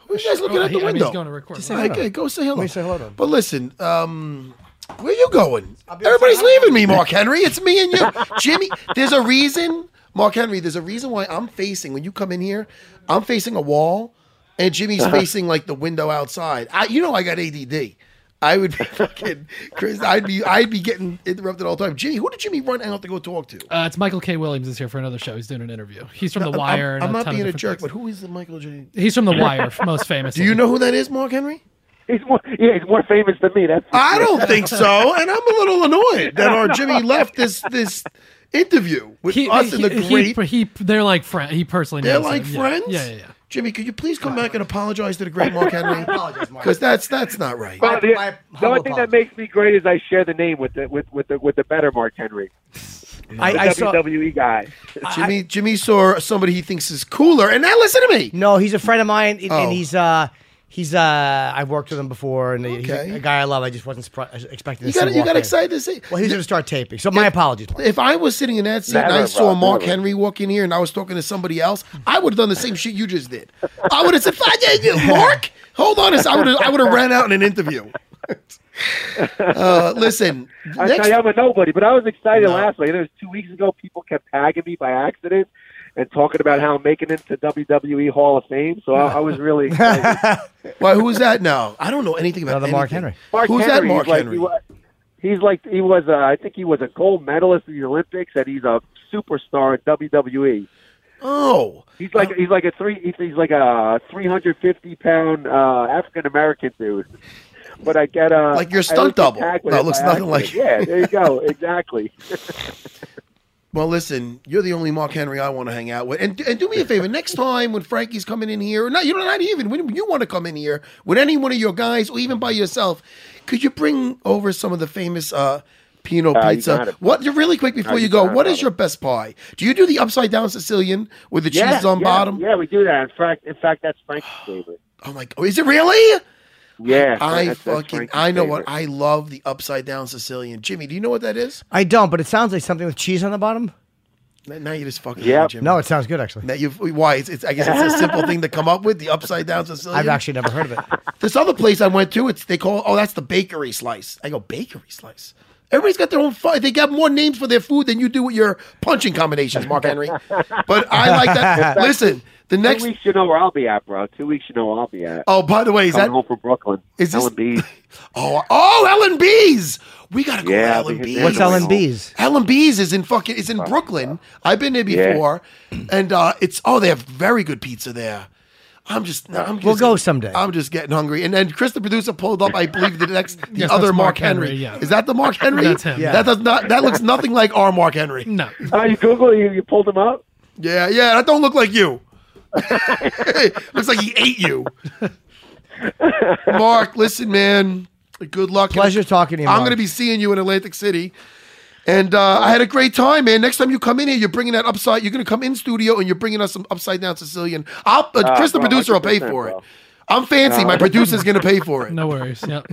D: Who are you guys looking
G: Oh,
D: at
G: he-
D: the
G: I mean, he's
D: window?
G: going to record.
C: say
D: Okay, go say hello.
C: Let me say hello to him.
D: But listen, um, where you going?
C: I'll be
D: Everybody's
C: outside.
D: leaving me, Mark Henry. It's me and you, Jimmy. There's a reason, Mark Henry. There's a reason why I'm facing when you come in here. I'm facing a wall, and Jimmy's
C: Uh-huh.
D: facing like the window outside. I, you know, I got ADD. I would be fucking Chris. I'd be I'd be getting interrupted all the time. Jimmy, who did Jimmy run out to go talk to?
G: Uh, it's Michael K. Williams is here for another show. He's doing an interview. He's from The
D: I'm-
G: Wire.
D: I'm,
G: and
D: not
G: ton of
D: being a
G: different
D: jerk,
G: things.
D: but who is the Michael J?
G: He's from The Wire, most famous.
D: Do you know who that is, Mark Henry?
J: He's more, yeah, he's more famous than me. That's for
D: I
J: sure.
D: don't think so, and I'm a little annoyed that our Jimmy left this this interview with us and the
G: he,
D: great.
G: he, they're like friends. He personally
D: they're
G: knows
D: like
G: him. Yeah.
D: friends.
G: Yeah, yeah, yeah.
D: Jimmy, could you please come back and apologize to the great Mark Henry?
C: Uh, apologize, Mark.
D: Because that's that's not right.
J: Well, the,
C: my
J: the
C: humble
J: only thing that
C: apologies.
J: makes me great is I share the name with the with with the with the better Mark Henry, the
C: I, I saw.
J: WWE guy.
D: Jimmy Jimmy saw somebody he thinks is cooler, and now listen to me.
C: No, he's a friend of mine, and,
D: Oh.
C: and he's uh He's uh, I've worked with him before, and he's
D: Okay.
C: a, a guy I love. I just wasn't surpri- uh, expecting.
D: You
C: to
D: got,
C: see
D: you
C: walk
D: got
C: in.
D: excited to see.
C: Well, he's going to start taping, so my apologies. Mark.
D: If I was sitting in that seat and
C: Never,
D: I saw
C: bro,
D: Mark
C: never.
D: Henry walk in here and I was talking to somebody else, I would have done the same shit you just did. I would have said, "Fuck you, Mark, hold on, a sec." I would have, I would have ran out in an interview. Uh, listen,
J: I
D: next-
J: tell you, I'm a nobody, but I was excited
D: No.
J: last week. It was two weeks ago. People kept tagging me by accident and talking about how I'm making it to WWE E Hall of Fame. So I, I was really excited.
D: Why? Who is that now? I don't know anything about
J: Another Mark
D: anything.
J: Mark
D: Who's that?
J: Henry,
D: Mark
J: he's like, uh,
D: Henry.
J: He was, he's like he was. Uh, I think he was a gold medalist in the Olympics, and he's a superstar in E. WWE.
D: Oh,
J: he's like he's like a three. He's, he's like a 350 pound uh, African American dude. But I get uh,
D: Like your
J: I
D: stunt
J: always get
D: double.
J: tagged with
D: No, it
J: by
D: looks nothing like-
J: accident. Yeah, there you go. Exactly.
D: Well, listen, you're the only Mark Henry I want to hang out with. And, and do me a favor, next time when Frankie's coming in here, or not, you're not even, when you want to come in here with any one of your guys or even by yourself, could you bring over some of the famous uh, Pino
J: Uh, you got
D: pizza?
J: it.
D: What, really quick before
J: Uh,
D: you,
J: you
D: go,
J: got it,
D: what is
J: brother.
D: your best pie? Do you do the upside down Sicilian with the cheese on
J: yeah,
D: bottom?
J: Yeah, we do that. In fact, in fact, that's Frankie's favorite.
D: Oh my! Oh, is it really?
J: Yeah,
D: I
J: that's- that's
D: fucking,
J: Frankie's
D: I know what,
J: favorite.
D: I love the upside down Sicilian. Jimmy, do you know what that is?
C: I don't, but it sounds like something with cheese on the bottom.
D: Now you just fucking,
C: Yeah.
D: Jimmy.
C: No, it sounds good actually.
D: That you why it's, it's I guess it's a simple thing to come up with the upside down Sicilian.
C: I've actually never heard of it.
D: This other place I went to, it's they call oh that's the bakery slice. I go bakery slice. Everybody's got their own. Fu- they got more names for their food than you do with your punching combinations, Mark Henry. But I like that. Listen, the next.
J: two weeks, you know where I'll be at, bro. Two weeks, you know where I'll be at.
D: Oh, by the way, is
J: Coming
D: that-
J: home from Brooklyn?
D: Is this-
J: L&B.
D: Oh, oh, Ellen B's. We gotta go
J: Yeah,
D: to Ellen
J: because
D: B's.
J: they're What's doing Ellen
C: B's?
D: Ellen B's is in fucking. It's in Brooklyn. I've been there
J: Yeah.
D: before, and uh, it's oh they have very good pizza there. I'm just, no, I'm just
C: We'll go someday.
D: I'm just getting hungry. And then Chris, the producer, pulled up. I believe the next, the
G: Yes,
D: other Mark
G: that's Mark
D: Henry.
G: Henry, yeah.
D: Is that the Mark Henry?
G: That's him. Yeah.
D: That does not. That looks nothing like our Mark Henry.
G: No.
J: Oh, you Google you, you pulled him up.
D: Yeah, yeah. That don't look like you. looks like he ate you. Mark, listen, man. Good luck.
C: Pleasure talking to you.
D: I'm
C: Mark.
D: going to be seeing you in Atlantic City. And uh, I had a great time, man. Next time you come in here, you're bringing that upside. You're going to come in studio and you're bringing us some upside down Sicilian. I'll, uh,
C: Ah,
J: Uh,
D: Chris, the
J: bro,
D: producer, will pay
J: 100%,
D: for it.
J: bro.
D: I'm fancy.
J: No.
D: My producer's going to pay for it.
G: No worries. Yep.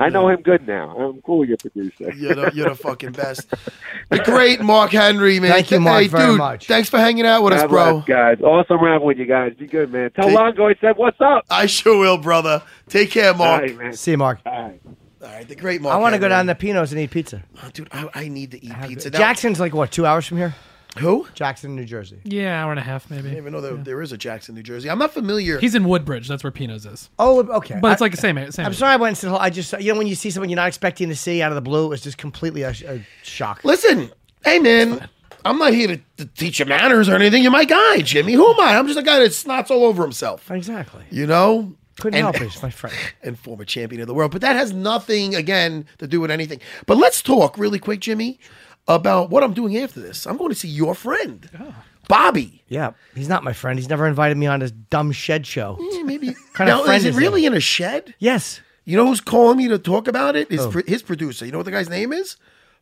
J: I know him good now. I'm cool with your producer.
D: You're the, you're the fucking best. The great Mark Henry, man.
C: Thank you, Mark,
D: hey,
C: very
D: dude,
C: much.
D: Thanks for hanging out with us,
J: God
D: bro.
J: bless, guys. Awesome round with you guys. Be good, man. Tell
D: Take-
J: Longo I said what's up.
D: I sure will, brother. Take care,
J: All
D: Mark.
J: right, man.
C: See you, Mark.
J: All right.
D: All right, the great Mark.
C: I want to go
D: Henry.
C: down to Pino's and eat pizza.
D: Oh, dude, I, I need to eat pizza. That-
C: Jackson's like what, two hours from here?
D: Who?
C: Jackson, New Jersey.
G: Yeah, hour and a half
D: I
G: maybe.
D: didn't even know there, there is a Jackson, New Jersey. I'm not familiar.
G: He's in Woodbridge. That's where Pino's is.
C: Oh, okay.
G: But it's
C: I-
G: like the same. same
C: I'm sorry I went and said hello. I just you know when you see someone you're not expecting to see out of the blue, it's just completely a, sh- a shock.
D: Listen, hey man, I'm not here to, to teach you manners or anything. You're my guy, Jimmy. Who am I? I'm just a guy that snots all over himself.
C: Exactly.
D: You know?
C: Couldn't
D: And-
C: help it, it's my friend.
D: and former champion of the world. But that has nothing, again, to do with anything. But let's talk really quick, Jimmy, about what I'm doing after this. I'm going to see your friend,
C: Oh.
D: Bobby.
C: Yeah, he's not my friend. He's never invited me on his dumb shed show.
D: Eh, Maybe
C: kind of
D: now,
C: friend
D: is it
C: is
D: really in a shed?
C: Yes.
D: You know who's calling me to talk about it? His,
C: Who?
D: pro- his producer. You know what the guy's name is?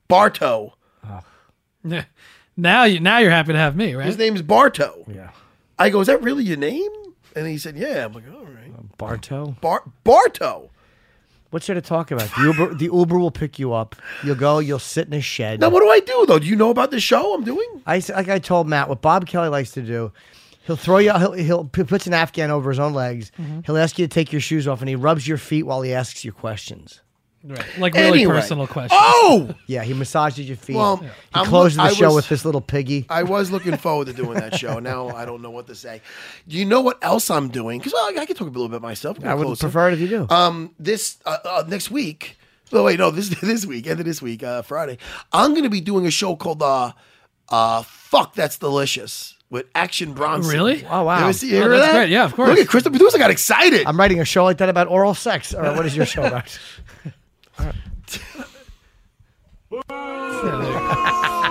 D: Barto.
G: Yeah. Now you now you're happy to have me, right?
D: His name is Barto.
C: Yeah.
D: I go, is that really your name? And he said, yeah. I'm like, all right.
C: Barto.
D: Bar- Barto.
C: What's there to talk about? The Uber, the Uber will pick you up. You'll go. You'll sit in a shed.
D: Now, what do I do, though? Do you know about the show I'm doing?
C: I s- like I told Matt what Bob Kelly likes to do. He'll throw you. He'll, he'll he puts an Afghan over his own legs. He'll ask you to take your shoes off, and he rubs your feet while he asks you questions.
G: Right. Like really
D: Anyway.
G: personal question.
D: Oh!
C: Yeah, he massages your feet.
D: Well,
C: he
D: I'm-
C: closes the
D: I
C: show
D: was-
C: with this little piggy.
D: I was looking forward to doing that show. Now I don't know what to say. Do you know what else I'm doing? Because well, I can talk a little bit myself.
C: I would
D: Closer.
C: prefer it if you do.
D: Um, this uh, uh, next week. Oh wait, no, this this week, end of this week, uh, Friday. I'm going to be doing a show called uh, uh, "Fuck That's Delicious" with Action Bronson.
G: Really?
C: Oh, wow.
D: You ever see, you
G: Oh,
D: hear
G: that's
D: that?
G: great. Yeah, of course.
D: Look at Chris, the producer, got excited.
C: I'm writing a show like that about oral sex. All right, what is your show about?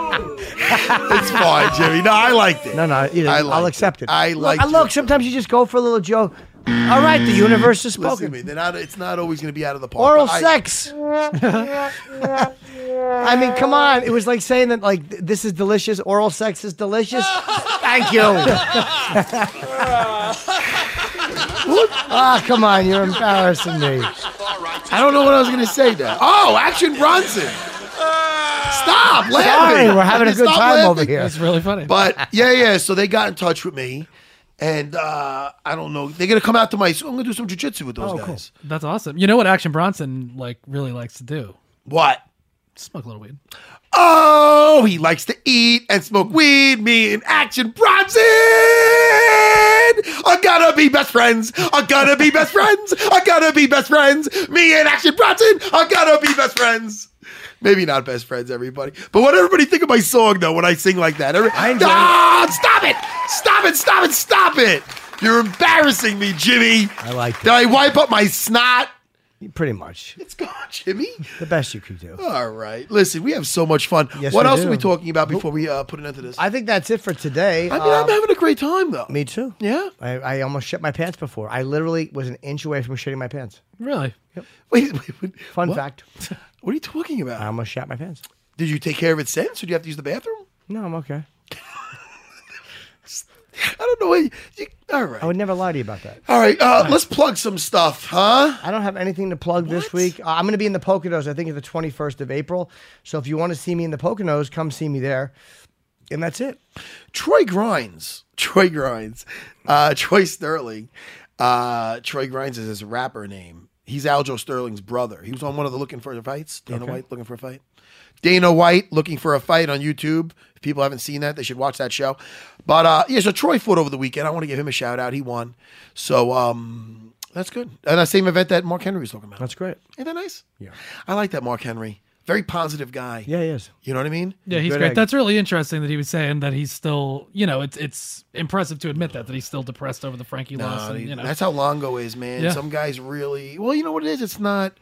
D: it's fine, Jimmy. No, I liked it.
C: No, no, either.
D: I
C: I'll
D: liked
C: accept it.
D: I
C: look,
D: liked
C: I
D: it.
C: look. Sometimes you just go for a little joke. All right, the universe has
D: Listen to
C: spoken.
D: me. They're not. It's not always going to be out of the park.
C: Oral
D: but I-
C: sex. I mean, come on. It was like saying that, like, th- this is delicious. Oral sex is delicious. Thank you. Ah, come on, you're embarrassing me.
D: I don't know what I was going to say there. Oh, Action Bronson. Stop laughing.
C: Sorry, we're having a good
D: Stop
C: time
D: laughing.
C: over here.
G: It's really funny.
D: But yeah, yeah. So they got in touch with me, and uh, I don't know. They're gonna come out to my. So I'm gonna do some jujitsu with
C: Oh,
D: those guys.
G: That's awesome. You know what Action Bronson like really likes to do?
D: What?
G: Smoke a little weed.
D: Oh, he likes to eat and smoke weed. Me and Action Bronson are gonna be best friends. Are gonna be best friends. Are gonna be best friends. Me and Action Bronson are gonna be best friends. Maybe not best friends, everybody. But what everybody think of my song though when I sing like that? Every-
C: enjoy it.
D: Ah, stop it! Stop it! Stop it! Stop it! You're embarrassing me, Jimmy.
C: I like
D: Did I wipe up my snot?
C: Pretty much.
D: It's gone, Jimmy.
C: The best you could do.
D: All right. Listen, we have so much fun.
C: Yes,
D: what
C: we
D: else
C: do.
D: are we talking about before we uh, put an end to this? I,
C: I think that's it for today.
D: mean, I'm
C: Um,
D: having a great time though.
C: me too.
D: yeah.
C: I, I almost shit my pants before. I literally was an inch away from shitting my pants.
G: Really?
D: Wait, wait, wait.
C: Fun
D: what?
C: fact. Um,
D: What are you talking about?
C: I almost shat my pants.
D: Did you take care of it since, or do you have to use the bathroom?
C: No, I'm okay.
D: I don't know. What you, you- all right.
C: I would never lie to you about that.
D: all right. Uh, let's plug some stuff, huh?
C: I don't have anything to plug this week. Uh, I'm going to be in the Poconos, I think, it's the 21st of April. So if you want to see me in the Poconos, come see me there. And that's it.
D: Troy Grimes. Troy Grimes. Uh, Troy Sterling. Uh, Troy Grimes is his rapper name. He's Aljo Sterling's brother. He was on one of the Looking for the Fights. Dana White looking for a fight. Dana White looking for a fight on YouTube. If people haven't seen that, they should watch that show. But uh, yeah, so Troy fought over the weekend. I want to give him a shout out. He won. So um, that's good. And that same event that Mark Henry was talking about.
C: That's great.
D: Isn't that nice? Yeah. I like that Mark Henry. Very positive guy.
C: Yeah, he is.
D: You know what I mean?
G: Yeah, he's
C: Good
G: great.
C: egg.
G: That's really interesting that he was saying that he's still, you know, it's it's impressive to admit that that he's still depressed over the Frankie loss.
D: Uh,
G: And, you know,
D: That's how Longo is, man.
G: Yeah.
D: Some guys really well, you know what it is? It's not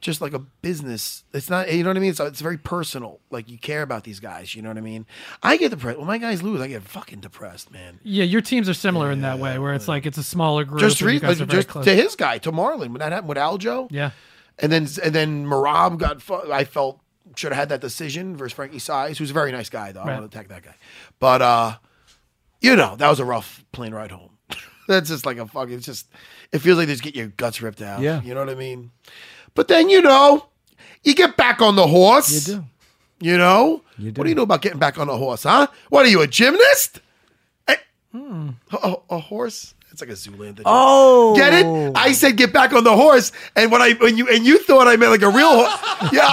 D: just like a business. It's not you know what I mean? It's, it's very personal. Like you care about these guys, you know what I mean? I get depressed. When my guys lose, I get fucking depressed, man.
G: yeah, your teams are similar in that way, where it's like it's a smaller group.
D: Just
G: and you
D: re-
G: guys are
D: like,
G: very
D: just
G: close.
D: to his guy, to Marlon, when that happened with Aljo.
G: yeah,
D: And then and then Marab got fu- I felt should have had that decision versus Frankie Size, who's a very nice guy though. I
G: Right.
D: don't want to attack that guy. But uh you know, that was a rough plane ride home. That's just like a fucking it's just it feels like they just get your guts ripped out.
C: Yeah.
D: You know what I mean? But then you know, you get back on the horse.
C: You do.
D: You know?
C: You do.
D: What do you know about getting back on a horse, huh? What are you, a gymnast? Eh, A, a horse? It's like a Zoolander. joke.
C: Hmm. Oh.
D: Get it? I said get back on the horse, and when I when you and you thought I meant like a real horse. Yeah.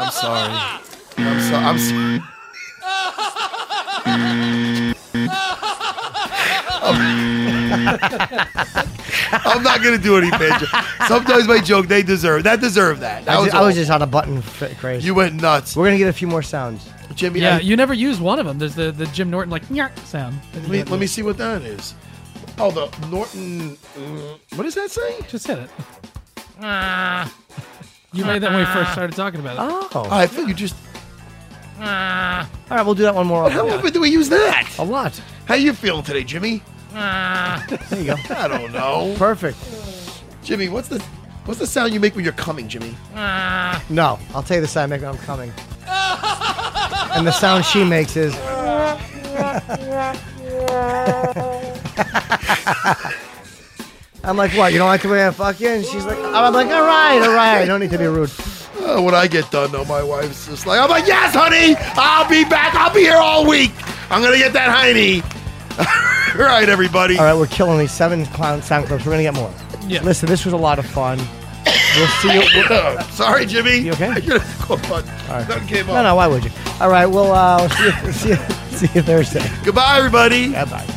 D: I'm
C: Mm.
D: sorry. I'm sorry. I'm sorry. I'm not gonna do any bad jokes. Sometimes my joke they deserve that deserve that. That
C: I,
D: was,
C: just, I was
D: all.
C: just on a button f- crazy.
D: you went nuts,
C: We're going to get a few more sounds.
D: Jimmy.
G: yeah.
D: I-
G: You never used one of them. There's the the Jim Norton like nyark sound.
D: let me let me see what that is. Oh, the Norton. mm, What does that say?
G: Just hit it.
D: Ah.
G: you made that when we first started talking about it.
C: Oh. All
D: I feel you just.
C: right, we'll do that one more.
D: How often do we use that?
C: A lot.
D: How you feeling today, Jimmy?
C: There you go.
D: I don't know.
C: Perfect.
D: Jimmy, what's the what's the sound you make when you're coming, Jimmy?
C: No, I'll tell you the sound I make when I'm coming. and the sound she makes is. I'm like, what? You don't like the way I fuck you? And she's like, I'm like, all right, all right. I don't need to be rude.
D: Uh, when I get done, though, my wife's just like, I'm like, yes, honey, I'll be back. I'll be here all week. I'm gonna get that hiney. all right, everybody.
C: All right, we're killing these seven clown sound clips. We're gonna get more.
G: Yeah.
C: Listen, this was a lot of fun. We'll see you. we'll-
D: Sorry, Jimmy.
C: You okay?
D: I should have called button.
C: right.
D: Nothing came
C: no,
D: up.
C: no, why would you? All right, we'll uh, see, you, see, you, see you Thursday.
D: Goodbye, everybody.
C: Bye bye.